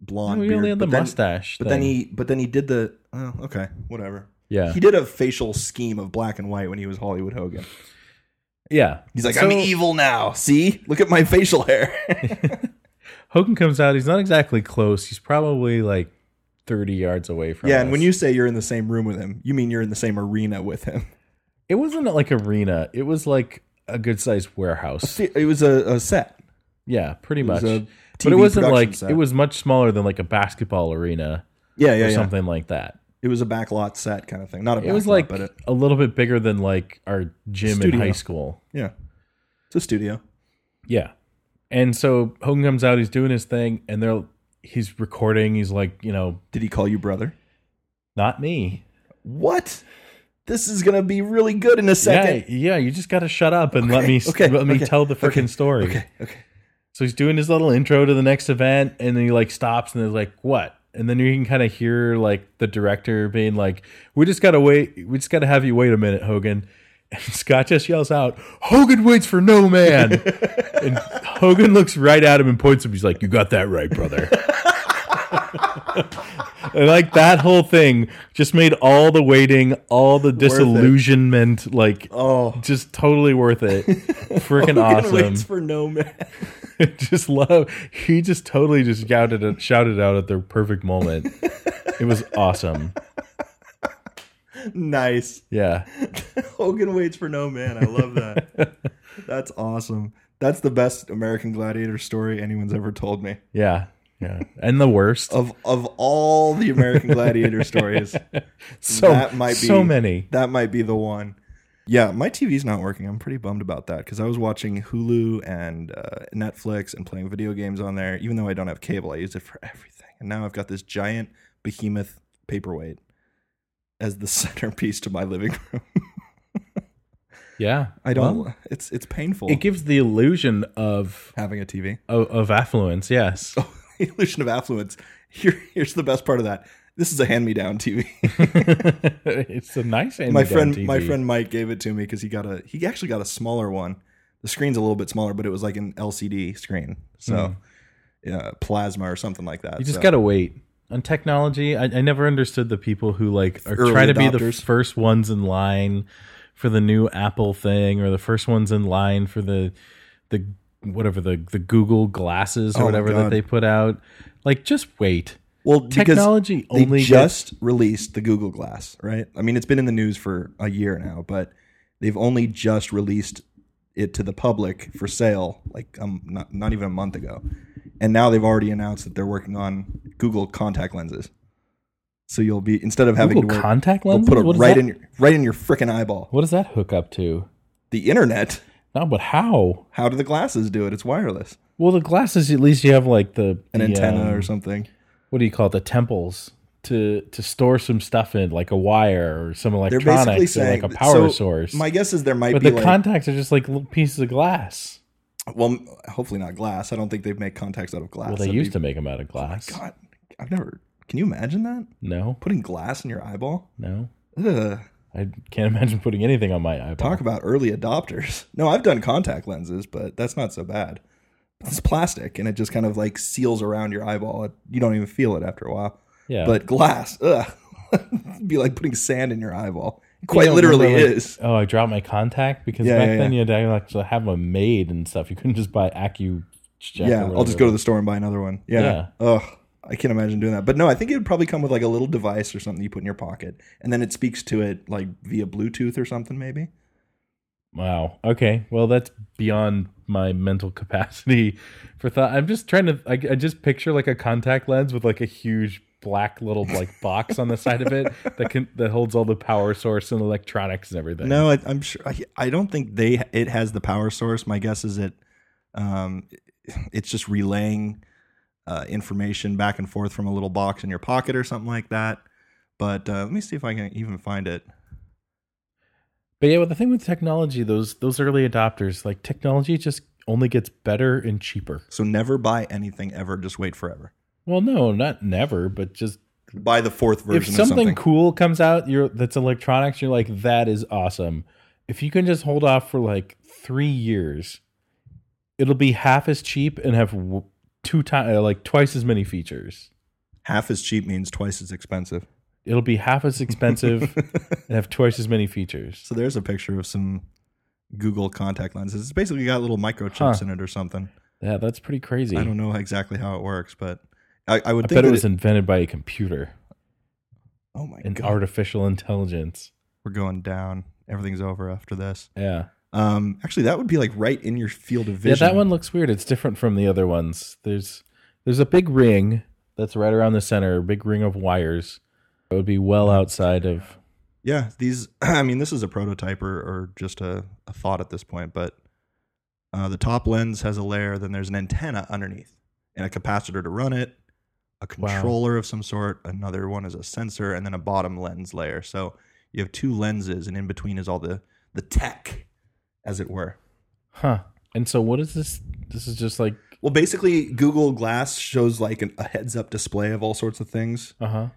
Speaker 2: blonde
Speaker 3: No, he
Speaker 2: beard.
Speaker 3: only had the
Speaker 2: but then-
Speaker 3: mustache.
Speaker 2: But then
Speaker 3: thing.
Speaker 2: he, but then he did the. Oh, okay, whatever.
Speaker 3: yeah,
Speaker 2: He did a facial scheme of black and white when he was Hollywood Hogan.
Speaker 3: yeah.
Speaker 2: He's like,
Speaker 3: So,
Speaker 2: I'm evil now. See, look at my facial hair.
Speaker 3: Hogan comes out. He's not exactly close. He's probably like thirty yards away from.
Speaker 2: yeah, and when
Speaker 3: us.
Speaker 2: you say you're in the same room with him, you mean you're in the same arena with him.
Speaker 3: it wasn't like arena. It was like a good sized warehouse.
Speaker 2: It was a, a set.
Speaker 3: Yeah, pretty much.
Speaker 2: a
Speaker 3: But it
Speaker 2: TV
Speaker 3: wasn't
Speaker 2: production
Speaker 3: like
Speaker 2: set.
Speaker 3: it was much smaller than like a basketball arena
Speaker 2: Yeah, yeah,
Speaker 3: or
Speaker 2: yeah.
Speaker 3: something like that.
Speaker 2: It was a backlot set kind of thing. Not a.
Speaker 3: It was
Speaker 2: backlot,
Speaker 3: like
Speaker 2: but it,
Speaker 3: a little bit bigger than like our gym
Speaker 2: Studio.
Speaker 3: in high school.
Speaker 2: yeah, it's a studio.
Speaker 3: Yeah. And so Hogan comes out, he's doing his thing, and they're he's recording, he's like, you know,
Speaker 2: Did he call you brother?
Speaker 3: not me.
Speaker 2: What? This is gonna be really good in a
Speaker 3: Yeah,
Speaker 2: second.
Speaker 3: yeah, you just gotta shut up and let
Speaker 2: Okay,
Speaker 3: me s-
Speaker 2: okay,
Speaker 3: let me
Speaker 2: okay,
Speaker 3: tell the freaking
Speaker 2: okay,
Speaker 3: story.
Speaker 2: Okay, okay.
Speaker 3: So he's doing his little intro to the next event, and then he like stops and they're like, What? And then you can kind of hear like the director being like, We just gotta wait, we just gotta have you wait a minute, Hogan. And Scott just yells out, Hogan waits for no man. and Hogan looks right at him and points at him. He's like, You got that right, brother. And like that whole thing just made all the waiting, all the disillusionment, like
Speaker 2: Oh,
Speaker 3: just totally worth it. Freaking
Speaker 2: Hogan
Speaker 3: awesome.
Speaker 2: waits for no man.
Speaker 3: just love he just totally just shouted it, shouted out at the perfect moment. it was awesome.
Speaker 2: nice.
Speaker 3: Yeah.
Speaker 2: Hogan waits for no man. I love that. That's awesome. That's the best American Gladiator story anyone's ever told me.
Speaker 3: Yeah. Yeah. And the worst.
Speaker 2: Of of all the American Gladiator stories,
Speaker 3: so
Speaker 2: that might be
Speaker 3: so many.
Speaker 2: That might be the one. Yeah, my TV's not working. I'm pretty bummed about that because I was watching Hulu and uh, Netflix and playing video games on there. Even though I don't have cable, I use it for everything. And now I've got this giant behemoth paperweight as the centerpiece to my living room.
Speaker 3: Yeah.
Speaker 2: I don't.
Speaker 3: Well,
Speaker 2: it's it's painful.
Speaker 3: it gives the illusion of
Speaker 2: having a TV.
Speaker 3: of, of affluence, yes.
Speaker 2: The illusion of affluence. Here, here's the best part of that. This is a hand-me-down TV.
Speaker 3: it's a nice
Speaker 2: my
Speaker 3: hand-me-down
Speaker 2: friend,
Speaker 3: TV.
Speaker 2: my friend Mike gave it to me because he got a. He actually got a smaller one. The screen's a little bit smaller, but it was like an LCD screen, so yeah, plasma or something like that.
Speaker 3: Hmm. You just
Speaker 2: So-
Speaker 3: gotta wait. On technology, I, I never understood the people who like are
Speaker 2: Early
Speaker 3: try to be the
Speaker 2: adopters.
Speaker 3: first ones in line for the new Apple thing or the first ones in line for the the whatever the the Google glasses or
Speaker 2: Oh my
Speaker 3: whatever that
Speaker 2: God.
Speaker 3: they put out. Like just wait.
Speaker 2: Well, because
Speaker 3: Technology
Speaker 2: they
Speaker 3: only gets-
Speaker 2: just released the Google Glass, right? I mean, it's been in the news for a year now, but they've only just released it to the public for sale, like um, not not even a month ago, and now they've already announced that they're working on Google contact lenses. So you'll be instead of having
Speaker 3: Google
Speaker 2: to wear,
Speaker 3: contact
Speaker 2: they'll
Speaker 3: lenses.
Speaker 2: put it
Speaker 3: What is
Speaker 2: right
Speaker 3: that-
Speaker 2: in your right in your freaking eyeball.
Speaker 3: What does that hook up to?
Speaker 2: The internet.
Speaker 3: No, but how?
Speaker 2: How do the glasses do it? It's wireless,
Speaker 3: Well, the glasses at least you have like the
Speaker 2: an
Speaker 3: the,
Speaker 2: antenna
Speaker 3: um,
Speaker 2: or something.
Speaker 3: What do you call it? The temples to to store some stuff in, like a wire or some
Speaker 2: They're
Speaker 3: electronics,
Speaker 2: basically
Speaker 3: or
Speaker 2: saying
Speaker 3: like a power
Speaker 2: so
Speaker 3: source.
Speaker 2: My guess is there might
Speaker 3: but
Speaker 2: be
Speaker 3: the
Speaker 2: like
Speaker 3: contacts are just like little pieces of glass.
Speaker 2: Well, m- hopefully not glass. I don't think they make contacts out of glass.
Speaker 3: Well, they
Speaker 2: That'd
Speaker 3: used
Speaker 2: be-
Speaker 3: to
Speaker 2: Oh
Speaker 3: make them out of glass.
Speaker 2: God, I've never. Can you imagine that?
Speaker 3: No,
Speaker 2: Putting glass in your eyeball?
Speaker 3: no,
Speaker 2: Ugh.
Speaker 3: I can't imagine putting anything on my eyeball.
Speaker 2: Talk about early adopters. No, I've done contact lenses, but that's not so bad. It's plastic and it just kind of like seals around your eyeball. It- You don't even feel it after a while.
Speaker 3: yeah,
Speaker 2: But glass, ugh. It'd be like putting sand in your eyeball. It
Speaker 3: You
Speaker 2: quite
Speaker 3: don't
Speaker 2: literally
Speaker 3: remember, like,
Speaker 2: is.
Speaker 3: Oh, I dropped my contact because
Speaker 2: Yeah,
Speaker 3: back
Speaker 2: yeah,
Speaker 3: then you had to actually have them made and stuff. You couldn't just buy Accu.
Speaker 2: yeah, I'll just go to the store and buy another one. Yeah. Ugh. I can't imagine doing that. But no, I think it would probably come with like a little device or something you put in your pocket. And then it speaks to it like via Bluetooth or something, maybe.
Speaker 3: Wow. Okay. Well, that's beyond my mental capacity for thought. I'm just trying to. I, I just picture like a contact lens with like a huge black little like box on the side of it that can that holds all the power source and electronics and everything.
Speaker 2: No, I, I'm sure. I, I don't think they it has the power source. My guess is it, um, it's just relaying uh, information back and forth from a little box in your pocket or something like that. But uh, let me see if I can even find it.
Speaker 3: But yeah, well, the thing with technology, those those early adopters, like technology just only gets better and cheaper.
Speaker 2: So never buy anything ever. Just wait forever.
Speaker 3: Well, no, not never, but just
Speaker 2: Buy the fourth version
Speaker 3: if something,
Speaker 2: of something.
Speaker 3: cool comes out you're that's electronics you're like that is awesome if you can just hold off for like three years it'll be half as cheap and have w- two times like twice as many features
Speaker 2: Half as cheap means twice as expensive.
Speaker 3: it'll be half as expensive and have twice as many features
Speaker 2: So there's a picture of some Google contact lenses. It's basically got little microchips
Speaker 3: Huh.
Speaker 2: in it or something.
Speaker 3: yeah that's pretty crazy
Speaker 2: I don't know exactly how it works, but I, I would
Speaker 3: I
Speaker 2: think
Speaker 3: bet
Speaker 2: that
Speaker 3: it was invented by a computer
Speaker 2: oh my
Speaker 3: an
Speaker 2: god,
Speaker 3: artificial intelligence
Speaker 2: we're going down. Everything's over after this.
Speaker 3: yeah
Speaker 2: Um, actually, that would be like right in your field of vision.
Speaker 3: Yeah, that one looks weird. It's different from the other ones. There's there's a big ring that's right around the center, a big ring of wires. That would be well outside of
Speaker 2: Yeah, these. I mean, this is a prototype or, or just a, a thought at this point, but uh, the top lens has a layer. Then there's an antenna underneath and a capacitor to run it, a
Speaker 3: Wow.
Speaker 2: controller of some sort. Another one is a sensor, and then a bottom lens layer. So you have two lenses, and in between is all the the tech, as it were.
Speaker 3: huh. And so what is this? This is just like
Speaker 2: Well, basically, Google Glass shows like an, a heads up display of all sorts of things.
Speaker 3: uh huh.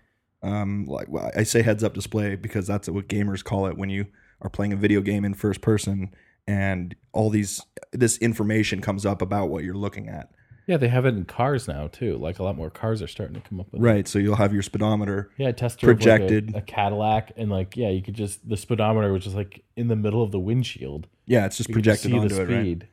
Speaker 2: um like well, i say heads up display because that's what gamers call it when you are playing a video game in first person and all these this information comes up about what you're looking at
Speaker 3: Yeah, they have it in cars now too. Like a lot more cars are starting to come up with. it.
Speaker 2: right so you'll have your speedometer
Speaker 3: Yeah, I test drove, like, a-
Speaker 2: Projected.
Speaker 3: a, Cadillac, and like yeah, you could just the speedometer was just like in the middle of the windshield.
Speaker 2: yeah it's just
Speaker 3: You could just
Speaker 2: projected
Speaker 3: see
Speaker 2: onto it right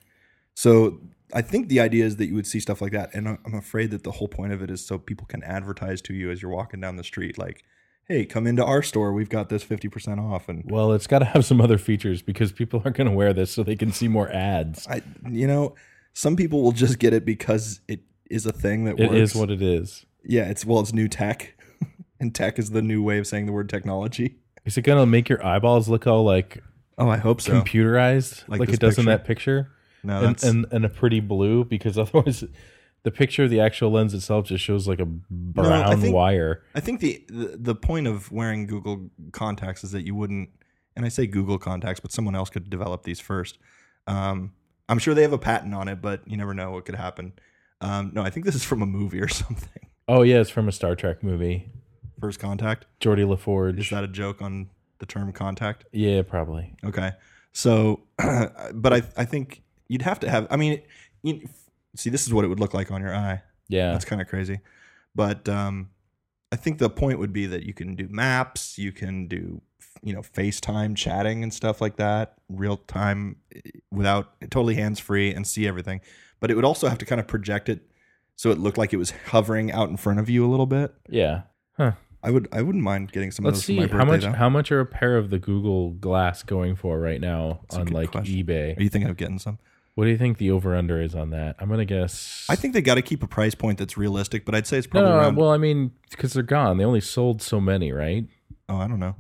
Speaker 2: so i think the idea is that you would see stuff like that and I- i'm afraid that the whole point of it is so people can advertise to you as you're walking down the street like hey come into our store we've got this 50% off and
Speaker 3: Well, it's got to have some other features because people aren't going to wear this so they can see more ads.
Speaker 2: i you know some people will just get it because it is a thing that
Speaker 3: It
Speaker 2: works
Speaker 3: is what it is.
Speaker 2: Yeah, it's well, it's new tech, and tech is the new way of saying the word technology.
Speaker 3: Is it gonna make your eyeballs look all like
Speaker 2: Oh, I hope so.
Speaker 3: computerized,
Speaker 2: Like
Speaker 3: like,
Speaker 2: this
Speaker 3: it does in
Speaker 2: picture?
Speaker 3: that picture,
Speaker 2: no,
Speaker 3: and,
Speaker 2: that's
Speaker 3: and and a pretty blue? Because otherwise, the picture of the actual lens itself just shows like a brown
Speaker 2: think-
Speaker 3: wire.
Speaker 2: I think the, the the point of wearing Google contacts is that you wouldn't, and I say Google contacts, but someone else could develop these first. Um, I'm sure they have a patent on it, but you never know what could happen. Um, no, I think this is from a movie or something.
Speaker 3: Oh yeah, it's from a Star Trek movie.
Speaker 2: First contact
Speaker 3: Geordie
Speaker 2: is
Speaker 3: LaForge.
Speaker 2: that a joke on the term contact?
Speaker 3: yeah, probably.
Speaker 2: Okay. So, but I I think you'd have to have. I mean, you, see, this is what it would look like on your eye.
Speaker 3: Yeah,
Speaker 2: That's kind of crazy. But um, I think the point would be that you can do maps, you can do you know FaceTime chatting and stuff like that, real time, eh, without totally hands free and see everything. But it would also have to kind of project it so it looked like it was hovering out in front of you a little bit.
Speaker 3: Yeah.
Speaker 2: I would I wouldn't mind getting some
Speaker 3: Let's
Speaker 2: of those
Speaker 3: see
Speaker 2: for
Speaker 3: how
Speaker 2: my birthday.
Speaker 3: much
Speaker 2: though.
Speaker 3: how much are a pair of the Google Glass going for right now
Speaker 2: a
Speaker 3: on
Speaker 2: good
Speaker 3: like
Speaker 2: question. Are
Speaker 3: eBay?
Speaker 2: you thinking of getting some?
Speaker 3: What do you think the over under is on that? I'm gonna guess.
Speaker 2: I think they got to keep a price point that's realistic, but I'd say it's
Speaker 3: no,
Speaker 2: probably
Speaker 3: no, no,
Speaker 2: around.
Speaker 3: Well, I mean, because they're gone. They only sold so many, right?
Speaker 2: oh, I don't know.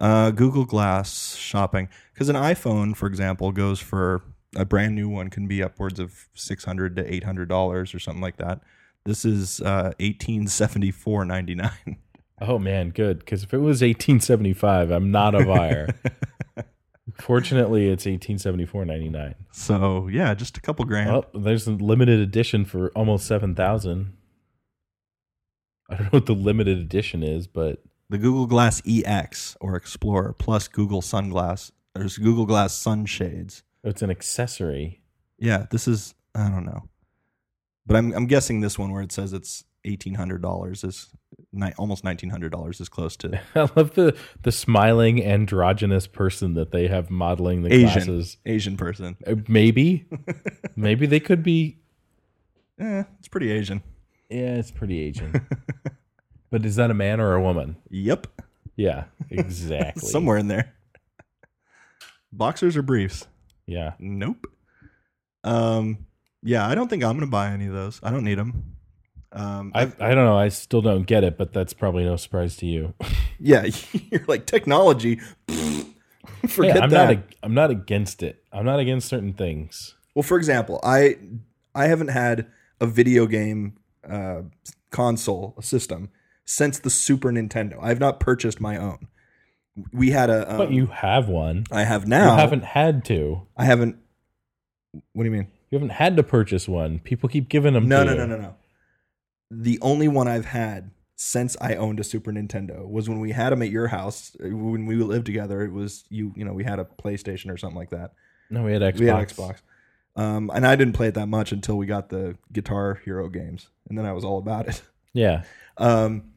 Speaker 2: Uh, Google Glass shopping because an iPhone, for example, goes for a brand new one can be upwards of six hundred to eight hundred dollars or something like that. This is uh, eighteen seventy four ninety nine.
Speaker 3: Oh man, good. Because if it was 1875, I'm not a buyer. Fortunately, it's 1874.99.
Speaker 2: So yeah, just a couple grand.
Speaker 3: Oh, there's a limited edition for almost 7,000. I don't know what the limited edition is, but
Speaker 2: The Google Glass EX or Explorer plus Google Sunglass. There's Google Glass sunshades.
Speaker 3: it's an accessory.
Speaker 2: Yeah, this is I don't know, but I'm I'm guessing this one where it says it's eighteen hundred dollars is ni- almost nineteen hundred dollars is close to
Speaker 3: I love the the smiling androgynous person that they have modeling the
Speaker 2: Asian.
Speaker 3: glasses.
Speaker 2: Asian person.
Speaker 3: Uh, Maybe, maybe they could be.
Speaker 2: Eh, it's pretty Asian.
Speaker 3: Yeah, it's pretty Asian. but is that a man or a woman?
Speaker 2: Yep,
Speaker 3: Yeah, exactly.
Speaker 2: somewhere in there. Boxers or briefs?
Speaker 3: Yeah.
Speaker 2: Nope. Um, yeah, I don't think I'm gonna buy any of those. I don't need them. Um,
Speaker 3: I, I don't know. I still don't get it, but that's probably no surprise to you.
Speaker 2: yeah, you're like technology. Pfft. Forget
Speaker 3: I'm
Speaker 2: that.
Speaker 3: not. ag- I'm not against it. I'm not against certain things.
Speaker 2: Well, for example, I I haven't had a video game uh, console system since the Super Nintendo. I've not purchased my own. We had a. Um,
Speaker 3: But you have one.
Speaker 2: I have now.
Speaker 3: You haven't had to.
Speaker 2: I haven't. What do you mean?
Speaker 3: You haven't had to purchase one. People keep giving them.
Speaker 2: No,
Speaker 3: to
Speaker 2: no,
Speaker 3: you.
Speaker 2: no, no, no. The only one I've had since I owned a Super Nintendo was when we had them at your house uh, when we lived together. It was you. You know, we had a PlayStation or something like that.
Speaker 3: No, we had Xbox.
Speaker 2: We had Xbox. Um, and I didn't play it that much until we got the Guitar Hero games, and then I was all about it.
Speaker 3: Yeah.
Speaker 2: Um,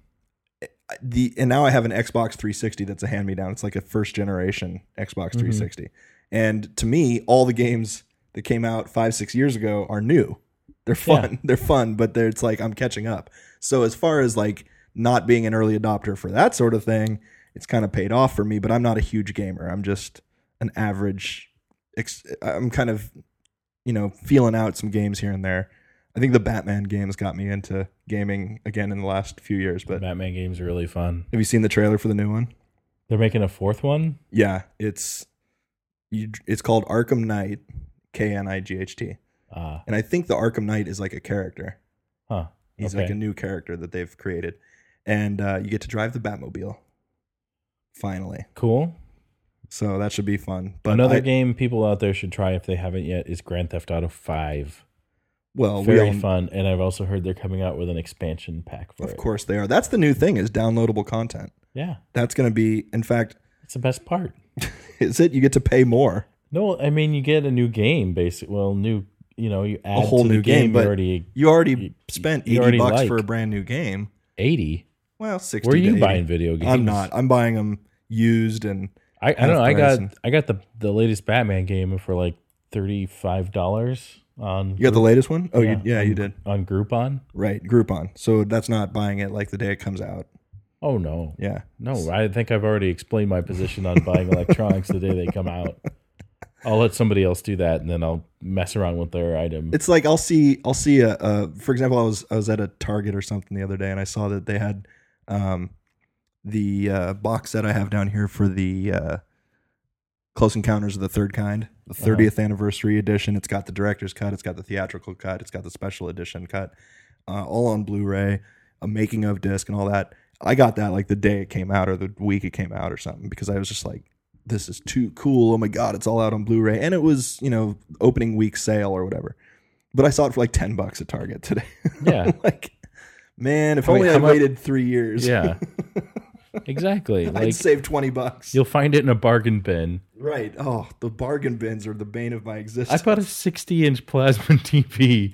Speaker 2: the and now I have an Xbox 360 that's a hand me down. It's like a first generation Xbox 360, and to me, all the games that came out five six years ago are new. They're fun. They're fun, but they're, it's like I'm catching up. So as far as like not being an early adopter for that sort of thing, it's kind of paid off for me. But I'm not a huge gamer. I'm just an average. Ex- I'm kind of you know feeling out some games here and there. I think the Batman games got me into gaming again in the last few years. But
Speaker 3: Batman games are really fun.
Speaker 2: have you seen the trailer for the new one?
Speaker 3: They're making a fourth one.
Speaker 2: Yeah, it's you, it's called Arkham Knight, K N I G H T,
Speaker 3: Uh,
Speaker 2: and I think the Arkham Knight is like a character.
Speaker 3: huh.
Speaker 2: He's like
Speaker 3: Okay.
Speaker 2: a new character that they've created, and uh, you get to drive the Batmobile. Finally,
Speaker 3: Cool.
Speaker 2: so that should be fun. But
Speaker 3: Another
Speaker 2: I-
Speaker 3: game people out there should try if they haven't yet is Grand Theft Auto Five.
Speaker 2: well, we
Speaker 3: Very
Speaker 2: all-
Speaker 3: fun, and I've also heard they're coming out with an expansion pack for
Speaker 2: Of
Speaker 3: it.
Speaker 2: course they are. That's the new thing is downloadable content.
Speaker 3: Yeah,
Speaker 2: That's going to be, in fact,
Speaker 3: it's the best part.
Speaker 2: is it? You get to pay more.
Speaker 3: No, I mean you get a new game, basically. Well, new, you know, you add
Speaker 2: a whole
Speaker 3: to
Speaker 2: new
Speaker 3: the game,
Speaker 2: game, but
Speaker 3: you already
Speaker 2: you already spent
Speaker 3: you
Speaker 2: 80
Speaker 3: already
Speaker 2: bucks
Speaker 3: like.
Speaker 2: for a brand new game.
Speaker 3: eighty.
Speaker 2: Well, 60
Speaker 3: Where are
Speaker 2: to
Speaker 3: you
Speaker 2: 80.
Speaker 3: buying video games?
Speaker 2: I'm not. I'm buying them used and
Speaker 3: I, I don't know. I got
Speaker 2: Half price.
Speaker 3: I got the the latest Batman game for like thirty five dollars on
Speaker 2: you got the latest one? Oh, yeah,
Speaker 3: Yeah.
Speaker 2: you, yeah, you did.
Speaker 3: on Groupon.
Speaker 2: Right, Groupon. So that's not buying it like the day it comes out.
Speaker 3: Oh no,
Speaker 2: Yeah.
Speaker 3: no! I think I've already explained my position on buying electronics the day they come out. I'll let somebody else do that, and then I'll mess around with their item.
Speaker 2: It's like I'll see I'll see a, a for example, I was I was at a Target or something the other day and I saw that they had um the uh, box set I have down here for the uh Close Encounters of the Third Kind, the 30th anniversary edition. It's got the director's cut, it's got the theatrical cut, it's got the special edition cut, uh, all on Blu-ray, a making of disc, and all that. I got that like the day it came out or the week it came out or something because I was just like, this is too cool. Oh my god, it's all out on Blu-ray, and it was you know opening week sale or whatever. But I saw it for like ten bucks at Target today.
Speaker 3: Yeah.
Speaker 2: like man, if
Speaker 3: Wait,
Speaker 2: only
Speaker 3: how
Speaker 2: I
Speaker 3: much-
Speaker 2: waited three years,
Speaker 3: yeah, exactly. Like
Speaker 2: I'd save twenty bucks.
Speaker 3: you'll find it in a bargain bin.
Speaker 2: Right. Oh, the bargain bins are the bane of my
Speaker 3: I
Speaker 2: existence.
Speaker 3: bought a 60 inch plasma TV,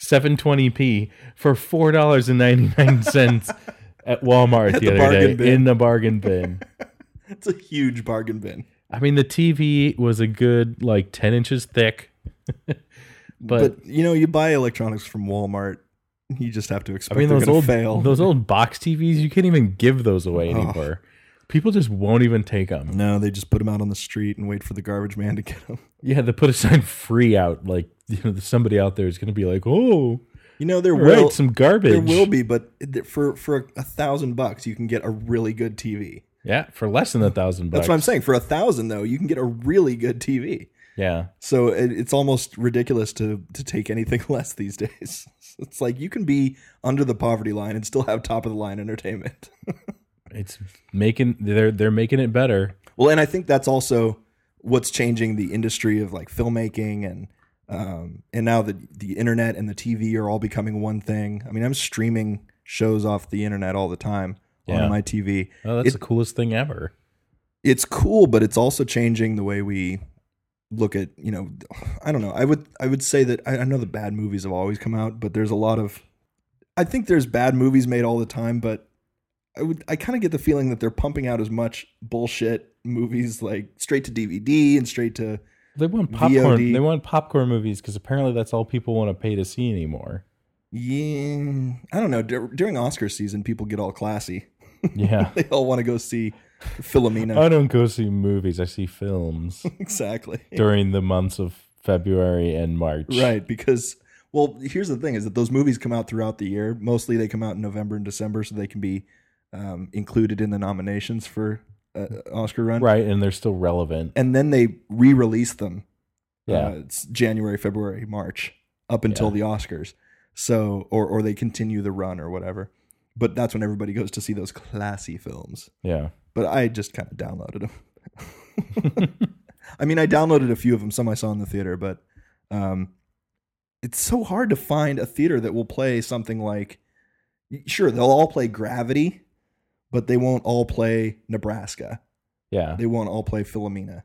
Speaker 3: 720p, for $4.99 at Walmart the,
Speaker 2: the
Speaker 3: other
Speaker 2: bargain
Speaker 3: day
Speaker 2: bin.
Speaker 3: in the bargain bin.
Speaker 2: It's a huge bargain bin.
Speaker 3: I mean, the TV was a good like ten inches thick. But-
Speaker 2: But, you know, you buy electronics from Walmart, you just have to
Speaker 3: I
Speaker 2: expect
Speaker 3: mean,
Speaker 2: they're
Speaker 3: those
Speaker 2: going
Speaker 3: old
Speaker 2: to fail.
Speaker 3: those old box TVs, you can't even give those away
Speaker 2: Oh.
Speaker 3: anymore. People just won't even take them.
Speaker 2: no, they just put them out on the street and wait for the garbage man to get them.
Speaker 3: You had to put a sign free out, like you know, somebody out there is going to be like, "Oh,
Speaker 2: You know, there
Speaker 3: all
Speaker 2: will
Speaker 3: right, some garbage."
Speaker 2: there will be, but th- for for a thousand bucks, you can get a really good TV.
Speaker 3: yeah, for less than a thousand bucks.
Speaker 2: That's what I'm saying. For a thousand though, you can get a really good TV.
Speaker 3: Yeah,
Speaker 2: So it, it's almost ridiculous to to take anything less these days. It's like you can be under the poverty line and still have top of the line entertainment.
Speaker 3: it's making they're they're making it better.
Speaker 2: Well, and I think that's also what's changing the industry of like filmmaking and um, and now the the internet and the TV are all becoming one thing. I mean, I'm streaming shows off the internet all the time
Speaker 3: Yeah.
Speaker 2: on my TV.
Speaker 3: Oh, that's
Speaker 2: It-
Speaker 3: the coolest thing ever.
Speaker 2: It's cool, but it's also changing the way we look at you know. I don't know. I would I would say that I, I know the bad movies have always come out, but there's a lot of I think there's bad movies made all the time, but I would I kind of get the feeling that they're pumping out as much bullshit movies like straight to DVD and straight to
Speaker 3: They want popcorn.
Speaker 2: VOD.
Speaker 3: They want popcorn movies because apparently that's all people want to pay to see anymore.
Speaker 2: yeah I don't know dur- during Oscar season people get all classy
Speaker 3: Yeah,
Speaker 2: they all want to go see Philomena
Speaker 3: I don't go see movies. I see films
Speaker 2: exactly
Speaker 3: during the months of February and March.
Speaker 2: right because well here's the thing is that those movies come out throughout the year mostly they come out in November and December so they can be um, included in the nominations for uh, Oscar run
Speaker 3: Mm. right, and they're still relevant.
Speaker 2: and then they re-release them
Speaker 3: Yeah,
Speaker 2: Uh, it's January, February, March, up until
Speaker 3: Yeah.
Speaker 2: the Oscars. So, or or they continue the run or whatever. But that's when everybody goes to see those classy films.
Speaker 3: yeah.
Speaker 2: But I just kind of downloaded them. I mean, I downloaded a few of them. Some I saw in the theater, but um, it's so hard to find a theater that will play something like. Sure, they'll all play Gravity, but they won't all play Nebraska.
Speaker 3: Yeah.
Speaker 2: They won't all play Philomena.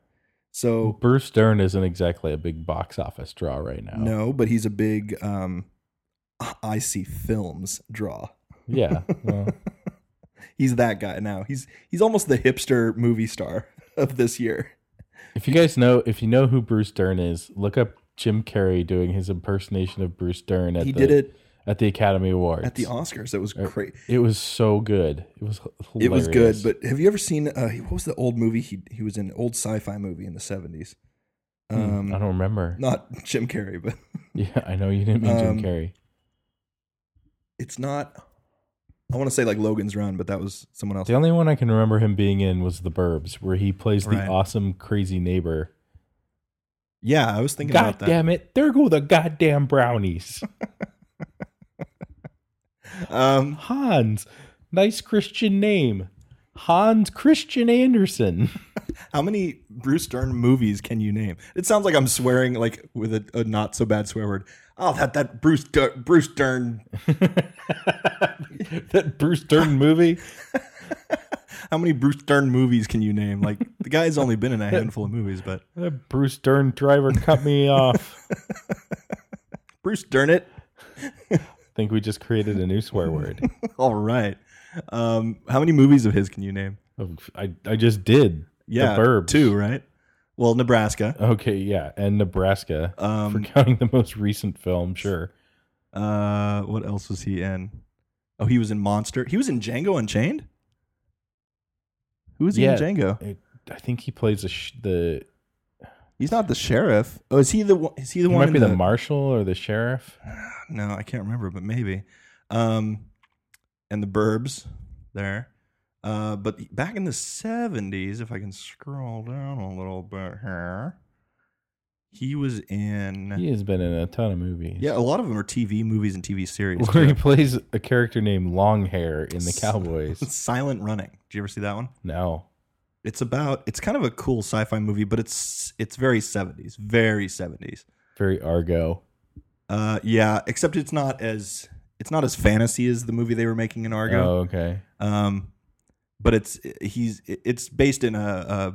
Speaker 2: So
Speaker 3: Bruce Stern isn't exactly a big box office draw right now.
Speaker 2: No, but he's a big um I see films draw.
Speaker 3: Yeah. Well,
Speaker 2: He's that guy now. He's he's almost the hipster movie star of this year.
Speaker 3: if you guys know, if you know who Bruce Stern is, look up Jim Carrey doing his impersonation of Bruce Stern at
Speaker 2: he
Speaker 3: the
Speaker 2: did it
Speaker 3: at the Academy Awards.
Speaker 2: at the Oscars. It was
Speaker 3: Or-
Speaker 2: great.
Speaker 3: it was so good. It was
Speaker 2: It
Speaker 3: hilarious.
Speaker 2: was good, but have you ever seen uh what was the old movie he he was in old sci-fi movie in the 70s?
Speaker 3: Hmm,
Speaker 2: Um
Speaker 3: I don't remember.
Speaker 2: not Jim Carrey, but
Speaker 3: yeah, I know you didn't mean
Speaker 2: Um,
Speaker 3: Jim Carrey.
Speaker 2: it's not I want to say like Logan's Run, but that was someone else.
Speaker 3: The only one I can remember him being in was The Burbs, where he plays
Speaker 2: Right.
Speaker 3: the awesome crazy neighbor.
Speaker 2: Yeah, I was thinking
Speaker 3: God
Speaker 2: about that.
Speaker 3: damn it! There go the goddamn brownies.
Speaker 2: Um
Speaker 3: Hans, nice Christian name. Hans Christian Andersen.
Speaker 2: How many Bruce Stern movies can you name? It sounds like I'm swearing like with a, a not so bad swear word. Oh, that that Bruce Dur- Bruce Stern.
Speaker 3: that Bruce Dern movie.
Speaker 2: How many Bruce Stern movies can you name? Like the guy's only been in a handful of movies, but
Speaker 3: That Bruce Dern driver cut me off.
Speaker 2: Bruce Dern it.
Speaker 3: I think we just created a new swear word.
Speaker 2: All right. Um, how many movies of his can you name?
Speaker 3: Oh, I, I just did.
Speaker 2: Yeah,
Speaker 3: The Burbs.
Speaker 2: two, right? Well, Nebraska.
Speaker 3: Okay, yeah, and Nebraska. for
Speaker 2: Um,
Speaker 3: counting the most recent film, sure.
Speaker 2: uh, what else was he in? Oh, he was in Monster. He was in Django Unchained. Who was he
Speaker 3: Yeah.
Speaker 2: in Django?
Speaker 3: It, I think he plays the sh- the.
Speaker 2: He's not the sheriff. Oh, is he the one- is he the
Speaker 3: He
Speaker 2: one?
Speaker 3: might
Speaker 2: in
Speaker 3: be the, marshal or the sheriff.
Speaker 2: No, I can't remember, but maybe. Um, and the Burbs there. Uh, but back in the 70s, if I can scroll down a little bit here, he was in.
Speaker 3: He has been in a ton of movies.
Speaker 2: Yeah, a lot of them are TV movies and TV series.
Speaker 3: where he
Speaker 2: too.
Speaker 3: plays a character named Longhair in the Cowboys.
Speaker 2: Silent Running. Did you ever see that one?
Speaker 3: no,
Speaker 2: It's about. It's kind of a cool sci-fi movie, but it's it's very 70s, very 70s.
Speaker 3: very Argo.
Speaker 2: Uh, yeah, except it's not as it's not as fantasy as the movie they were making in Argo.
Speaker 3: Oh, okay.
Speaker 2: um but it's he's it's based in a, a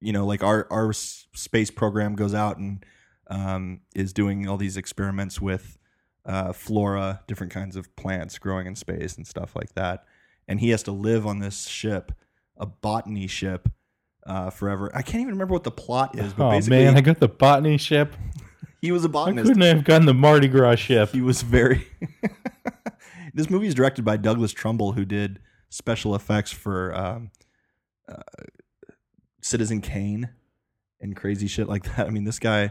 Speaker 2: you know like our our s- space program goes out and um is doing all these experiments with uh flora different kinds of plants growing in space and stuff like that and he has to live on this ship a botany ship uh, forever. I can't even remember what the plot is, but
Speaker 3: Oh
Speaker 2: basically
Speaker 3: man, I got the botany ship.
Speaker 2: he was a
Speaker 3: I
Speaker 2: botanist.
Speaker 3: couldn't I have gotten the Mardi Gras ship.
Speaker 2: He was very. this movie is directed by Douglas Trumbull, who did special effects for um, uh, Citizen Kane and crazy shit like that. I mean, this guy,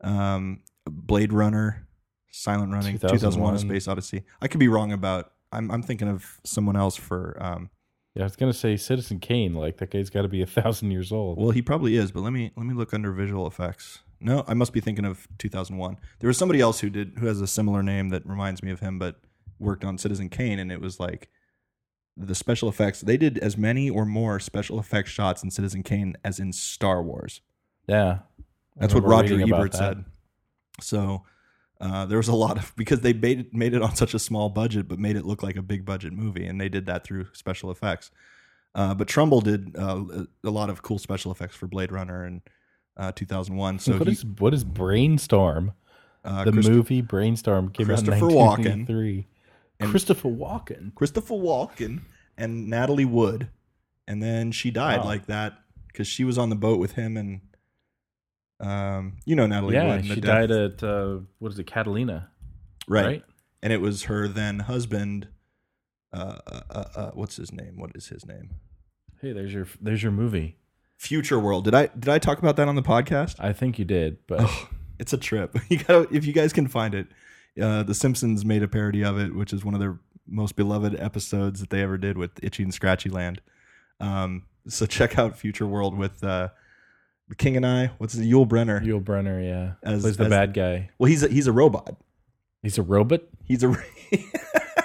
Speaker 2: um, Blade Runner, Silent Running, 2001.
Speaker 3: 2001.
Speaker 2: A Space Odyssey. I could be wrong about. I'm, I'm thinking of someone else for. Um,
Speaker 3: Yeah, I was gonna say Citizen Kane. Like that guy's got to be a thousand years old.
Speaker 2: well, he probably is, but let me let me look under visual effects. No, I must be thinking of 2001. There was somebody else who did who has a similar name that reminds me of him, but worked on Citizen Kane, and it was like the special effects. They did as many or more special effects shots in Citizen Kane as in Star Wars.
Speaker 3: yeah, I
Speaker 2: That's what
Speaker 3: remember
Speaker 2: Roger
Speaker 3: reading about
Speaker 2: Ebert
Speaker 3: that.
Speaker 2: said. So uh, there was a lot of because they made it, made it on such a small budget, but made it look like a big budget movie, and they did that through special effects. Uh, but Trumbull did uh, a lot of cool special effects for Blade Runner and uh, 2001. So
Speaker 3: what
Speaker 2: he,
Speaker 3: is what is brainstorm?
Speaker 2: uh,
Speaker 3: the
Speaker 2: Christ-
Speaker 3: movie brainstorm came out in
Speaker 2: Christopher Walken.
Speaker 3: 1983.
Speaker 2: And-
Speaker 3: Christopher Walken.
Speaker 2: Christopher Walken and Natalie Wood, and then she died
Speaker 3: Wow.
Speaker 2: like that because she was on the boat with him and. Um, you know Natalie Wood.
Speaker 3: yeah,
Speaker 2: and the
Speaker 3: she
Speaker 2: death-
Speaker 3: died at uh, what is it, Catalina?
Speaker 2: right. and it was her then husband. Uh, uh, uh, uh, what's his name? What is his name?
Speaker 3: Hey, there's your there's your movie.
Speaker 2: Future World. Did I did I talk about that on the podcast?
Speaker 3: I think you did, but
Speaker 2: Oh, it's a trip. You got to if you guys can find it. Uh, the Simpsons made a parody of it, which is one of their most beloved episodes that they ever did with Itchy and Scratchy Land. Um, so check out Future World with uh, the King and I. What's his Yul Brenner?
Speaker 3: Yul Brenner, yeah,
Speaker 2: As-
Speaker 3: plays the
Speaker 2: as-
Speaker 3: bad guy.
Speaker 2: Well, he's a, he's a robot.
Speaker 3: He's a robot.
Speaker 2: He's a.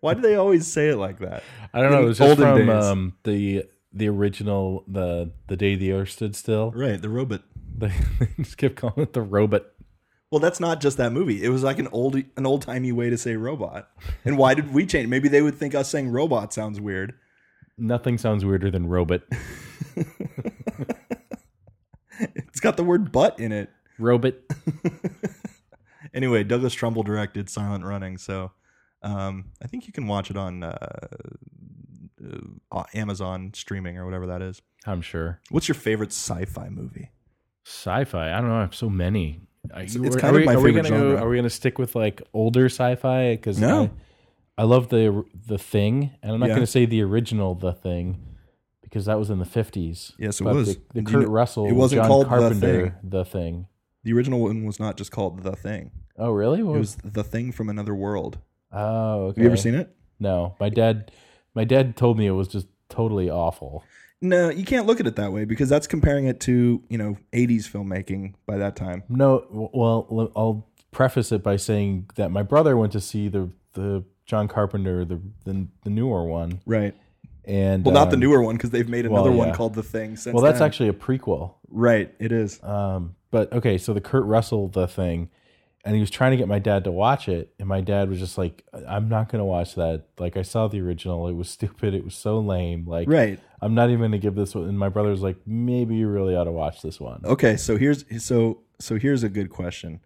Speaker 2: Why do they always say it like that?
Speaker 3: I don't know.
Speaker 2: In
Speaker 3: It was just from
Speaker 2: olden days.
Speaker 3: um, the the original the the day the earth stood still.
Speaker 2: Right, the robot.
Speaker 3: They, they just kept calling it the robot.
Speaker 2: Well, that's not just that movie. It was like an old an old timey way to say robot. And why did we change? Maybe they would think us saying robot sounds weird.
Speaker 3: Nothing sounds weirder than robot.
Speaker 2: It's got the word butt in it.
Speaker 3: Robot.
Speaker 2: Anyway, Douglas Trumbull directed Silent Running, so um, I think you can watch it on uh, uh, Amazon streaming or whatever that is.
Speaker 3: I'm sure.
Speaker 2: What's your favorite sci-fi movie?
Speaker 3: Sci-fi. I don't know. I have so many. I-
Speaker 2: It's-
Speaker 3: you-
Speaker 2: it's
Speaker 3: are-
Speaker 2: kind
Speaker 3: are
Speaker 2: of
Speaker 3: we-
Speaker 2: my
Speaker 3: are we
Speaker 2: favorite
Speaker 3: gonna go-
Speaker 2: genre.
Speaker 3: are we going to stick with like older sci-fi? Because
Speaker 2: No.
Speaker 3: I, I love the the thing, and I'm not
Speaker 2: Yeah.
Speaker 3: going to say the original the thing because that was in the 50s.
Speaker 2: Yes, it
Speaker 3: But
Speaker 2: was.
Speaker 3: the, the
Speaker 2: And you
Speaker 3: Kurt
Speaker 2: know-
Speaker 3: Russell.
Speaker 2: it wasn't
Speaker 3: John
Speaker 2: called The
Speaker 3: Carpenter. The thing.
Speaker 2: The original one was not just called The Thing.
Speaker 3: Oh really? What
Speaker 2: It was The Thing from Another World.
Speaker 3: oh okay.
Speaker 2: Have you ever seen it?
Speaker 3: No, my dad, my dad told me it was just totally awful.
Speaker 2: No, you can't look at it that way because that's comparing it to, you know, 80s filmmaking by that time.
Speaker 3: No, w- well, l- I'll preface it by saying that my brother went to see the the John Carpenter the the, the newer one,
Speaker 2: Right.
Speaker 3: and
Speaker 2: Well, not the
Speaker 3: um,
Speaker 2: newer one because they've made
Speaker 3: well,
Speaker 2: another one
Speaker 3: yeah.
Speaker 2: called The Thing since
Speaker 3: Well, that's
Speaker 2: then.
Speaker 3: actually a prequel.
Speaker 2: right. It is.
Speaker 3: Um, but okay, so the Kurt Russell the thing, and he was trying to get my dad to watch it, and my dad was just like, "I- "I'm not gonna watch that. Like, I saw the original. It was stupid. It was so lame. Like,
Speaker 2: Right.
Speaker 3: I'm not even gonna give this one." And my brother was like, "Maybe you really ought to watch this one."
Speaker 2: Okay, so here's so so here's a good question.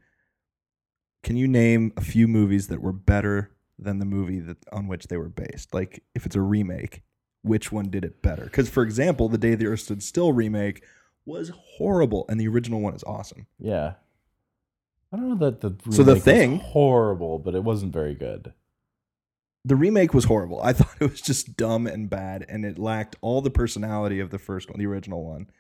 Speaker 2: Can you name a few movies that were better than the movie that on which they were based? Like if it's a remake, which one did it better? Cuz for example, The Day the Earth Stood Still remake was horrible and the original one is awesome.
Speaker 3: Yeah. I don't know that the
Speaker 2: So the
Speaker 3: remake was
Speaker 2: thing-
Speaker 3: horrible, but it wasn't very good.
Speaker 2: The remake was horrible. I thought it was just dumb and bad and it lacked all the personality of the first one, the original one.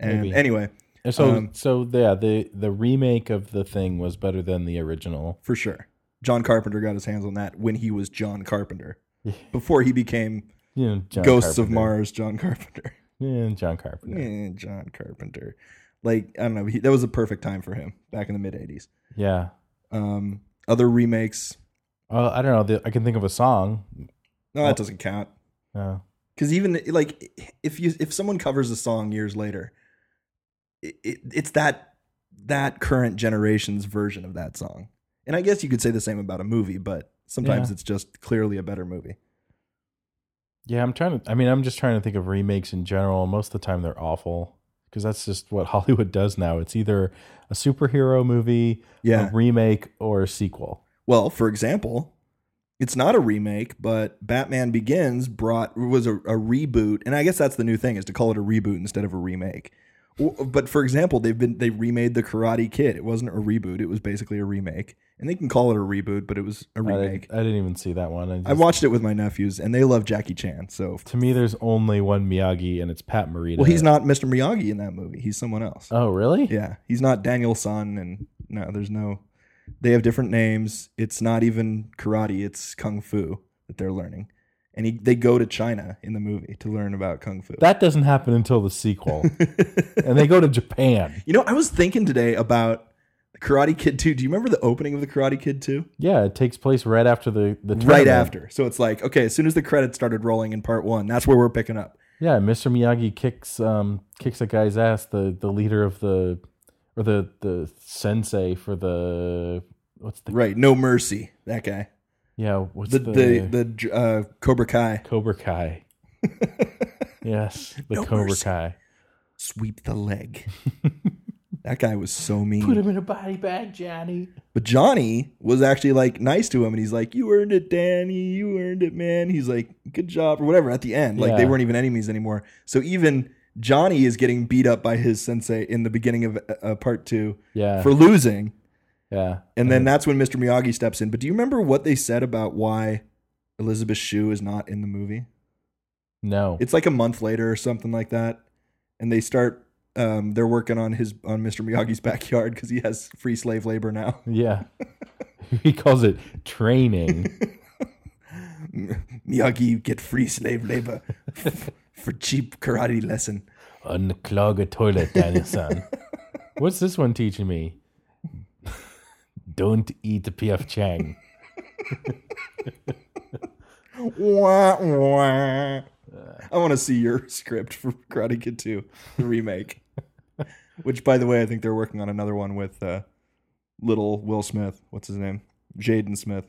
Speaker 2: And
Speaker 3: Maybe.
Speaker 2: anyway,
Speaker 3: And So
Speaker 2: Um,
Speaker 3: so yeah, the the remake of the thing was better than the original.
Speaker 2: for sure. John Carpenter got his hands on that when he was John Carpenter.
Speaker 3: Yeah.
Speaker 2: Before he became
Speaker 3: You know, John
Speaker 2: Ghosts of
Speaker 3: Carpenter.
Speaker 2: Mars, John Carpenter.
Speaker 3: Yeah, John Carpenter. Yeah.
Speaker 2: Eh, John Carpenter. Like, I don't know. He, that was a perfect time for him back in the mid 80s. Um, other remakes.
Speaker 3: Uh, I don't know. The, I can think of a song.
Speaker 2: No,
Speaker 3: Oh.
Speaker 2: that doesn't count.
Speaker 3: Uh,
Speaker 2: Because even like if you if someone covers a song years later, it, it, it's that that current generation's version of that song. And I guess you could say the same about a movie, but sometimes
Speaker 3: Yeah.
Speaker 2: it's just clearly a better movie.
Speaker 3: yeah, I'm trying to. I mean, I'm just trying to think of remakes in general. Most of the time, they're awful because that's just what Hollywood does now. It's either a superhero movie,
Speaker 2: Yeah.
Speaker 3: a remake, or a sequel.
Speaker 2: Well, for example, it's not a remake, but Batman Begins brought was a, a reboot, and I guess that's the new thing is to call it a reboot instead of a remake. W- But for example, they've been they remade the Karate Kid. It wasn't a reboot; it was basically a remake, and they can call it a reboot, but it was a
Speaker 3: I, didn't-
Speaker 2: remake.
Speaker 3: I didn't even see that one. I just,
Speaker 2: I watched it with my nephews, and they love Jackie Chan. So,
Speaker 3: to me, there's only one Miyagi, and it's Pat Morita.
Speaker 2: well, he's not Mr. Miyagi in that movie; he's someone else.
Speaker 3: Oh, really?
Speaker 2: Yeah, he's not Daniel Sun, and no, there's no. They have different names. It's not even karate; it's kung fu that they're learning, and he, they go to China in the movie to learn about kung fu.
Speaker 3: That doesn't happen until the sequel, and they go to Japan.
Speaker 2: you know, I was thinking today about the Karate Kid 2. Do you remember the opening of the Karate Kid 2?
Speaker 3: Yeah, it takes place right after the the
Speaker 2: Right
Speaker 3: tournament.
Speaker 2: after. So it's like, okay, as soon as the credits started rolling in part one, that's where we're picking up.
Speaker 3: Yeah, Mr. Miyagi kicks um kicks a guy's ass. The the leader of the or the the sensei for the what's the
Speaker 2: Right. No mercy. That guy.
Speaker 3: yeah what's
Speaker 2: The
Speaker 3: the
Speaker 2: the the uh, Cobra Kai.
Speaker 3: Cobra Kai. yes, the
Speaker 2: No
Speaker 3: Cobra
Speaker 2: mercy.
Speaker 3: Kai.
Speaker 2: Sweep the leg. that guy was so mean.
Speaker 3: Put him in a body bag, Johnny.
Speaker 2: But Johnny was actually like nice to him, and he's like, "You earned it, Danny. You earned it, man." He's like, "Good job," or whatever. At the end, like they
Speaker 3: Yeah.
Speaker 2: weren't even enemies anymore. So even Johnny is getting beat up by his sensei in the beginning of uh, uh, part two
Speaker 3: Yeah,
Speaker 2: for losing,
Speaker 3: yeah.
Speaker 2: and then that's when Mr. Miyagi steps in. But do you remember what they said about why Elizabeth Shue is not in the movie?
Speaker 3: no,
Speaker 2: It's like a month later or something like that, and they start. Um, they're working on his on Mr. Miyagi's backyard because he has free slave labor now.
Speaker 3: yeah. he calls it training.
Speaker 2: Miyagi, you get free slave labor f- for cheap karate lesson.
Speaker 3: Unclog a toilet, Daniel-san. What's this one teaching me? Don't eat the PF Chang.
Speaker 2: Wah, wah. I want to see your script for Karate Kid 2, the remake. Which, by the way, I think they're working on another one with uh, little Will Smith. What's his name? Jaden Smith.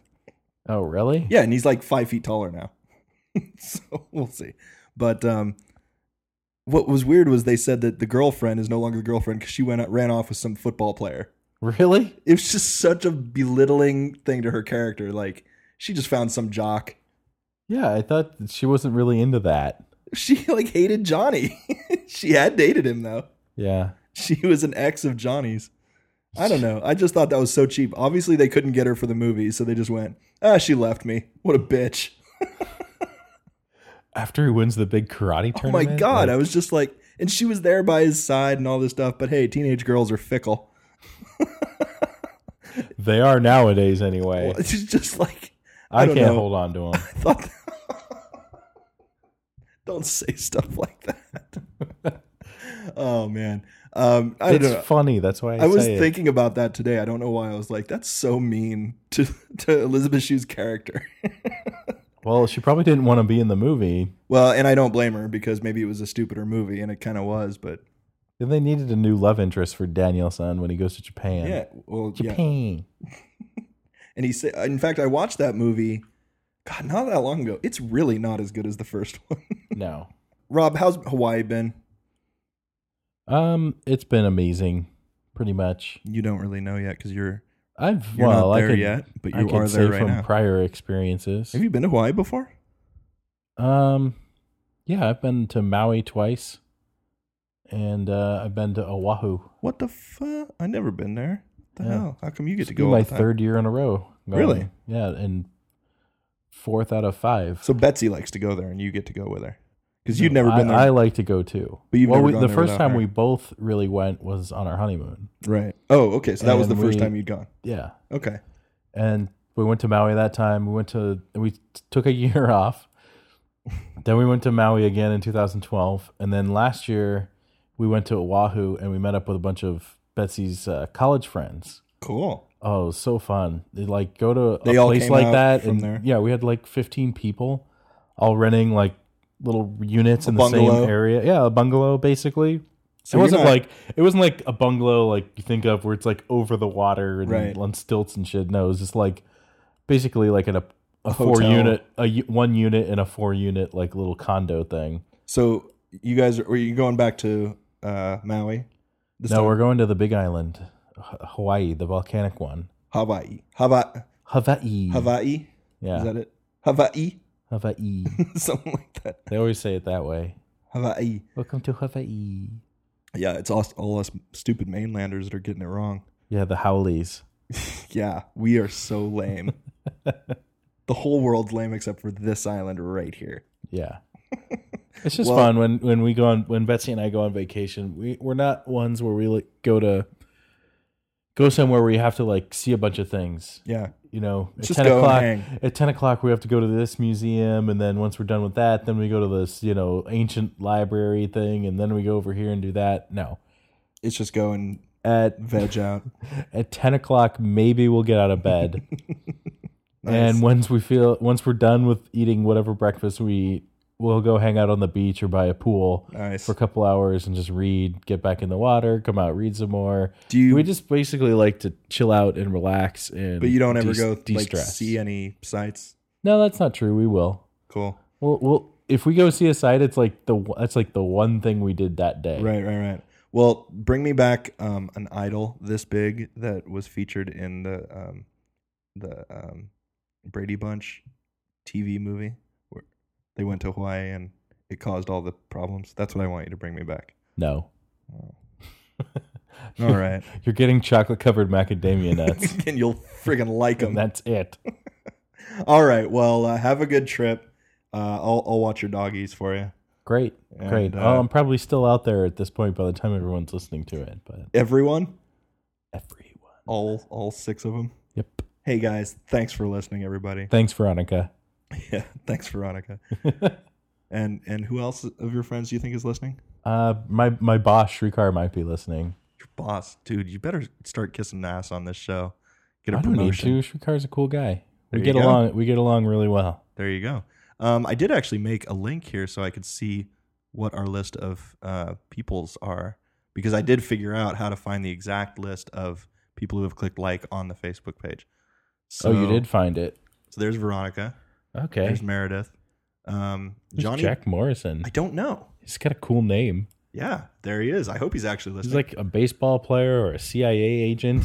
Speaker 3: Oh, really?
Speaker 2: Yeah, and he's like five feet taller now. so we'll see. But um, what was weird was they said that the girlfriend is no longer the girlfriend because she went out, ran off with some football player.
Speaker 3: Really?
Speaker 2: it was just such a belittling thing to her character. Like she just found some jock.
Speaker 3: Yeah, I thought that she wasn't really into that.
Speaker 2: She like hated Johnny. she had dated him though.
Speaker 3: Yeah.
Speaker 2: She was an ex of Johnny's. I don't know. I just thought that was so cheap. Obviously they couldn't get her for the movie, so they just went, "Ah, she left me. What a bitch."
Speaker 3: After he wins the big karate
Speaker 2: Oh
Speaker 3: tournament.
Speaker 2: my god, I
Speaker 3: like,
Speaker 2: was just like and she was there by his side and all this stuff, but hey, teenage girls are fickle.
Speaker 3: they are nowadays anyway.
Speaker 2: She's just like
Speaker 3: I,
Speaker 2: I don't
Speaker 3: can't
Speaker 2: know.
Speaker 3: hold on to him.
Speaker 2: I thought Don't say stuff like that. oh man. Um I
Speaker 3: It's
Speaker 2: don't know.
Speaker 3: funny. That's why I,
Speaker 2: I was
Speaker 3: say it.
Speaker 2: thinking about that today. I don't know why I was like, that's so mean to, to Elizabeth Shue's character.
Speaker 3: Well, she probably didn't want to be in the movie.
Speaker 2: well, and I don't blame her because maybe it was a stupider movie and it kind of was, but
Speaker 3: Then they needed a new love interest for Danielson when he goes to Japan.
Speaker 2: yeah. Well, yeah.
Speaker 3: Japan.
Speaker 2: And he said, in fact, I watched that movie, God, not that long ago. It's really not as good as the first one.
Speaker 3: No.
Speaker 2: Rob, how's Hawaii been?
Speaker 3: Um, it's been amazing, pretty much.
Speaker 2: You don't really know yet because you're,
Speaker 3: I've
Speaker 2: you're
Speaker 3: well,
Speaker 2: not there
Speaker 3: I could,
Speaker 2: yet, but
Speaker 3: I
Speaker 2: you
Speaker 3: could
Speaker 2: are
Speaker 3: say
Speaker 2: there right
Speaker 3: from
Speaker 2: now.
Speaker 3: prior experiences.
Speaker 2: Have you been to Hawaii before?
Speaker 3: Um, yeah, I've been to Maui twice, and uh, I've been to Oahu.
Speaker 2: What the fuck? i never been there. What the
Speaker 3: Yeah.
Speaker 2: hell? How come you get
Speaker 3: It's
Speaker 2: to go
Speaker 3: my
Speaker 2: all the time?
Speaker 3: third year in a row.
Speaker 2: Really?
Speaker 3: Yeah, and fourth out of five.
Speaker 2: So Betsy likes to go there, and you get to go with her because you'd
Speaker 3: No,
Speaker 2: never been
Speaker 3: I, I
Speaker 2: there,
Speaker 3: like to go too.
Speaker 2: But you've
Speaker 3: well,
Speaker 2: never
Speaker 3: we,
Speaker 2: gone
Speaker 3: the
Speaker 2: there
Speaker 3: first
Speaker 2: without
Speaker 3: time
Speaker 2: her.
Speaker 3: we both really went was on our honeymoon.
Speaker 2: right? Oh, okay. So that was the
Speaker 3: And
Speaker 2: first
Speaker 3: we-
Speaker 2: time you'd gone.
Speaker 3: Yeah,
Speaker 2: Okay,
Speaker 3: and we went to Maui that time. We went to we t- took a year off. Then we went to Maui again in 2012, and then last year we went to Oahu and we met up with a bunch of Betsy's uh, college friends.
Speaker 2: cool.
Speaker 3: Oh, it was so fun! They, like go to
Speaker 2: They
Speaker 3: a
Speaker 2: all
Speaker 3: place
Speaker 2: came
Speaker 3: like
Speaker 2: out
Speaker 3: that,
Speaker 2: from
Speaker 3: and
Speaker 2: there?
Speaker 3: yeah, we had like 15 people, all renting like little units
Speaker 2: A
Speaker 3: in the
Speaker 2: bungalow?
Speaker 3: same area. Yeah, a bungalow basically. it
Speaker 2: So you're
Speaker 3: wasn't
Speaker 2: not-
Speaker 3: like it wasn't like a bungalow like you think of where it's like over the water and
Speaker 2: Right.
Speaker 3: on stilts and shit. No, it was just like basically like in a, a four
Speaker 2: hotel.
Speaker 3: unit, a u- one unit and a four unit like little condo thing.
Speaker 2: So you guys are, were you going back to uh, Maui? This
Speaker 3: no,
Speaker 2: time?
Speaker 3: we're going to the Big Island, H- Hawaii, the volcanic one,
Speaker 2: Hawaii, Hawaii,
Speaker 3: Hawaii.
Speaker 2: Hawaii. Is
Speaker 3: Yeah.
Speaker 2: that it? Hawaii,
Speaker 3: Hawaii.
Speaker 2: something like that.
Speaker 3: they always say it that way.
Speaker 2: Hawaii.
Speaker 3: Welcome to Hawaii.
Speaker 2: Yeah, it's all, all us stupid mainlanders that are getting it wrong.
Speaker 3: Yeah, the Howleys.
Speaker 2: Yeah, we are so lame. the whole world's lame except for this island right here.
Speaker 3: Yeah. It's just
Speaker 2: Well-
Speaker 3: fun when, when we go on when Betsy and I go on vacation. We we're not ones where we like go to go somewhere where you have to like see a bunch of things.
Speaker 2: Yeah,
Speaker 3: You know, at
Speaker 2: Just
Speaker 3: ten
Speaker 2: go and
Speaker 3: o'clock
Speaker 2: hang.
Speaker 3: at ten o'clock we have to go to this museum and then once we're done with that, then we go to this, you know, ancient library thing and then we go over here and do that. No.
Speaker 2: it's just go and
Speaker 3: At
Speaker 2: veg out.
Speaker 3: at 10 o'clock maybe we'll get out of bed
Speaker 2: Nice.
Speaker 3: and once we feel once we're done with eating whatever breakfast we eat we'll go hang out on the beach or by a pool
Speaker 2: Nice.
Speaker 3: for a couple hours and just read get back in the water come out read some more
Speaker 2: Do you?
Speaker 3: we just basically like to chill out and relax and
Speaker 2: but you don't ever
Speaker 3: de-
Speaker 2: go like
Speaker 3: de-stress.
Speaker 2: see any sites.
Speaker 3: no that's not true we will
Speaker 2: Cool.
Speaker 3: we'll, we'll if we go see a site it's like the that's like the one thing we did that day
Speaker 2: Right, right, right. Well, bring me back um, an idol this big that was featured in the um, the um, Brady Bunch TV movie where they went to Hawaii and it caused all the problems. That's what I want you to bring me back.
Speaker 3: no
Speaker 2: All right,
Speaker 3: you're getting chocolate covered macadamia nuts
Speaker 2: and you'll friggin' like them.
Speaker 3: and that's it
Speaker 2: All right. Well, uh, have a good trip. Uh, I'll I'll watch your doggies for you.
Speaker 3: Great,
Speaker 2: And,
Speaker 3: great.
Speaker 2: uh,
Speaker 3: oh, I'm probably still out there at this point by the time everyone's listening to it, but
Speaker 2: Everyone,
Speaker 3: everyone.
Speaker 2: all all six of them.
Speaker 3: Yep.
Speaker 2: Hey guys, thanks for listening, everybody.
Speaker 3: Thanks, Veronica.
Speaker 2: Yeah, thanks, Veronica. and and who else of your friends do you think is listening?
Speaker 3: Uh, my my boss Shrikar might be listening.
Speaker 2: Your boss, dude. You better start kissing ass on this show. Get a
Speaker 3: I don't need to.
Speaker 2: promotion.
Speaker 3: Shrikar's a cool guy. We
Speaker 2: There you
Speaker 3: get
Speaker 2: go.
Speaker 3: along. We get along really well.
Speaker 2: There you go. Um, I did actually make a link here so I could see what our list of uh, peoples are because I did figure out how to find the exact list of people who have clicked like on the Facebook page. So,
Speaker 3: oh, you did find it.
Speaker 2: So there's Veronica.
Speaker 3: Okay.
Speaker 2: There's Meredith. Um,
Speaker 3: Who's
Speaker 2: Johnny.
Speaker 3: Jack Morrison.
Speaker 2: I don't know.
Speaker 3: He's got a cool name.
Speaker 2: Yeah, there he is. I hope he's actually
Speaker 3: He's
Speaker 2: listening.
Speaker 3: like a baseball player or a CIA agent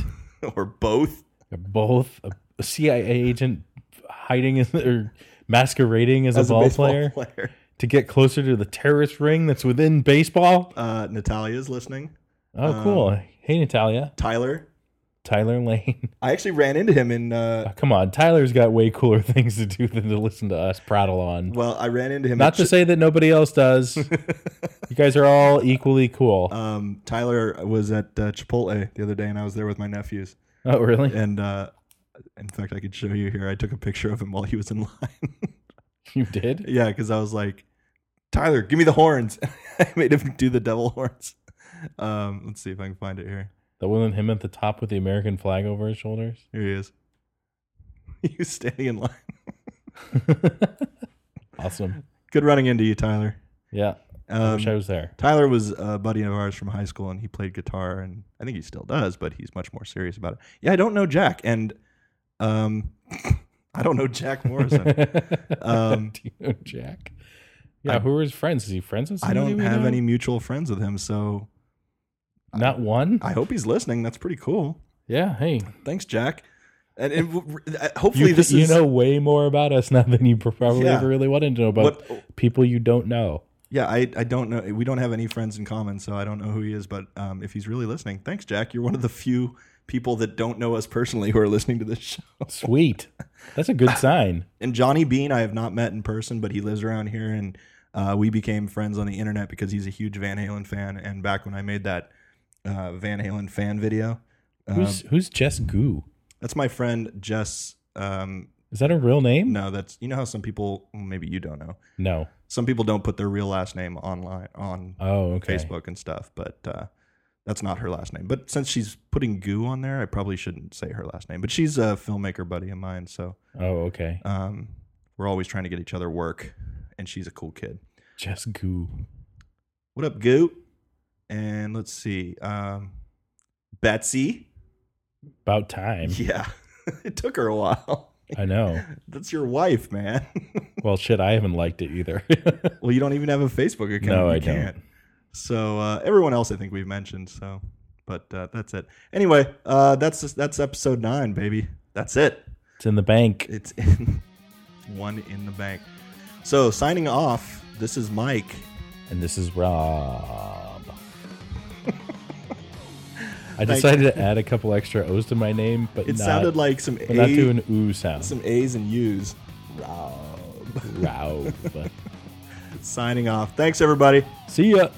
Speaker 2: or both.
Speaker 3: or both. A, a CIA agent hiding as, or masquerading as, a ball
Speaker 2: baseball
Speaker 3: player to get closer to the terrorist ring that's within baseball.
Speaker 2: Uh, Natalia's listening.
Speaker 3: Oh,
Speaker 2: Um,
Speaker 3: cool. Hey, Natalia.
Speaker 2: Tyler.
Speaker 3: Tyler Lane.
Speaker 2: I actually ran into him in. Uh,
Speaker 3: Oh, come on. Tyler's got way cooler things to do than to listen to us prattle on.
Speaker 2: well, I ran into him.
Speaker 3: Not
Speaker 2: at
Speaker 3: to say that nobody else does. you guys are all equally cool.
Speaker 2: Um, Tyler was at uh, Chipotle the other day, and I was there with my nephews.
Speaker 3: oh, really?
Speaker 2: And uh, in fact, I could show you here. I took a picture of him while he was in line.
Speaker 3: You did?
Speaker 2: yeah, because I was like, Tyler, give me the horns. I made him do the devil horns. Um, let's see if I can find it here.
Speaker 3: That wasn't him at the top with the American flag over his shoulders?
Speaker 2: Here he is. he was standing in line.
Speaker 3: awesome.
Speaker 2: Good running into you, Tyler.
Speaker 3: Yeah. I
Speaker 2: Um,
Speaker 3: wish I was there.
Speaker 2: Tyler was a buddy of ours from high school, and he played guitar, and I think he still does, but he's much more serious about it. Yeah, I don't know Jack, and um, I don't know Jack Morrison. um,
Speaker 3: do you know Jack? Yeah,
Speaker 2: I-
Speaker 3: who are his friends? Is he friends with
Speaker 2: I
Speaker 3: somebody
Speaker 2: don't
Speaker 3: we
Speaker 2: have
Speaker 3: know?
Speaker 2: any mutual friends with him, so
Speaker 3: Not one?
Speaker 2: I hope he's listening. That's pretty cool.
Speaker 3: yeah, hey.
Speaker 2: Thanks, Jack. And, and w- r- uh, hopefully,
Speaker 3: You,
Speaker 2: this
Speaker 3: you
Speaker 2: is
Speaker 3: know way more about us now than you probably
Speaker 2: Yeah.
Speaker 3: ever really wanted to know about
Speaker 2: what.
Speaker 3: people you don't know.
Speaker 2: Yeah, I, I don't know. We don't have any friends in common, so I don't know who he is. But um, if he's really listening, thanks, Jack. You're one of the few people that don't know us personally who are listening to this show.
Speaker 3: Sweet. That's a good sign.
Speaker 2: And Johnny Bean, I have not met in person, but he lives around here, and uh, we became friends on the internet because he's a huge Van Halen fan. And back when I made that uh, Van Halen fan video, uh,
Speaker 3: Who's who's Jess Goo?
Speaker 2: that's my friend Jess. Um,
Speaker 3: Is that a real name?
Speaker 2: no, that's you know how some people well, maybe you don't know.
Speaker 3: No.
Speaker 2: Some people don't put their real last name online on
Speaker 3: Oh, okay.
Speaker 2: Facebook and stuff, but uh, that's not her last name. But since she's putting goo on there, I probably shouldn't say her last name. But she's a filmmaker buddy of mine, so
Speaker 3: Oh, okay.
Speaker 2: um, we're always trying to get each other work. And she's a cool kid.
Speaker 3: Jess Goo.
Speaker 2: What up, Goop? And let's see. Um, Betsy.
Speaker 3: About time.
Speaker 2: Yeah. it took her a while.
Speaker 3: I know.
Speaker 2: That's your wife, man.
Speaker 3: Well, shit, I haven't liked it either.
Speaker 2: well, you don't even have a Facebook account.
Speaker 3: No,
Speaker 2: You
Speaker 3: I don't.
Speaker 2: So uh, everyone else, I think we've mentioned. So, but uh, that's it. Anyway, uh, that's that's episode nine, baby. That's it.
Speaker 3: it's in the bank.
Speaker 2: It's in one in the bank. So signing off, this is Mike.
Speaker 3: And this is Rob. I
Speaker 2: Thank-
Speaker 3: decided to add a couple extra O's to my name, but
Speaker 2: It
Speaker 3: not,
Speaker 2: sounded like some
Speaker 3: but not
Speaker 2: A-
Speaker 3: do an ooh sound.
Speaker 2: some A's and U's. Rob.
Speaker 3: Rob.
Speaker 2: Signing off. Thanks everybody.
Speaker 3: See ya.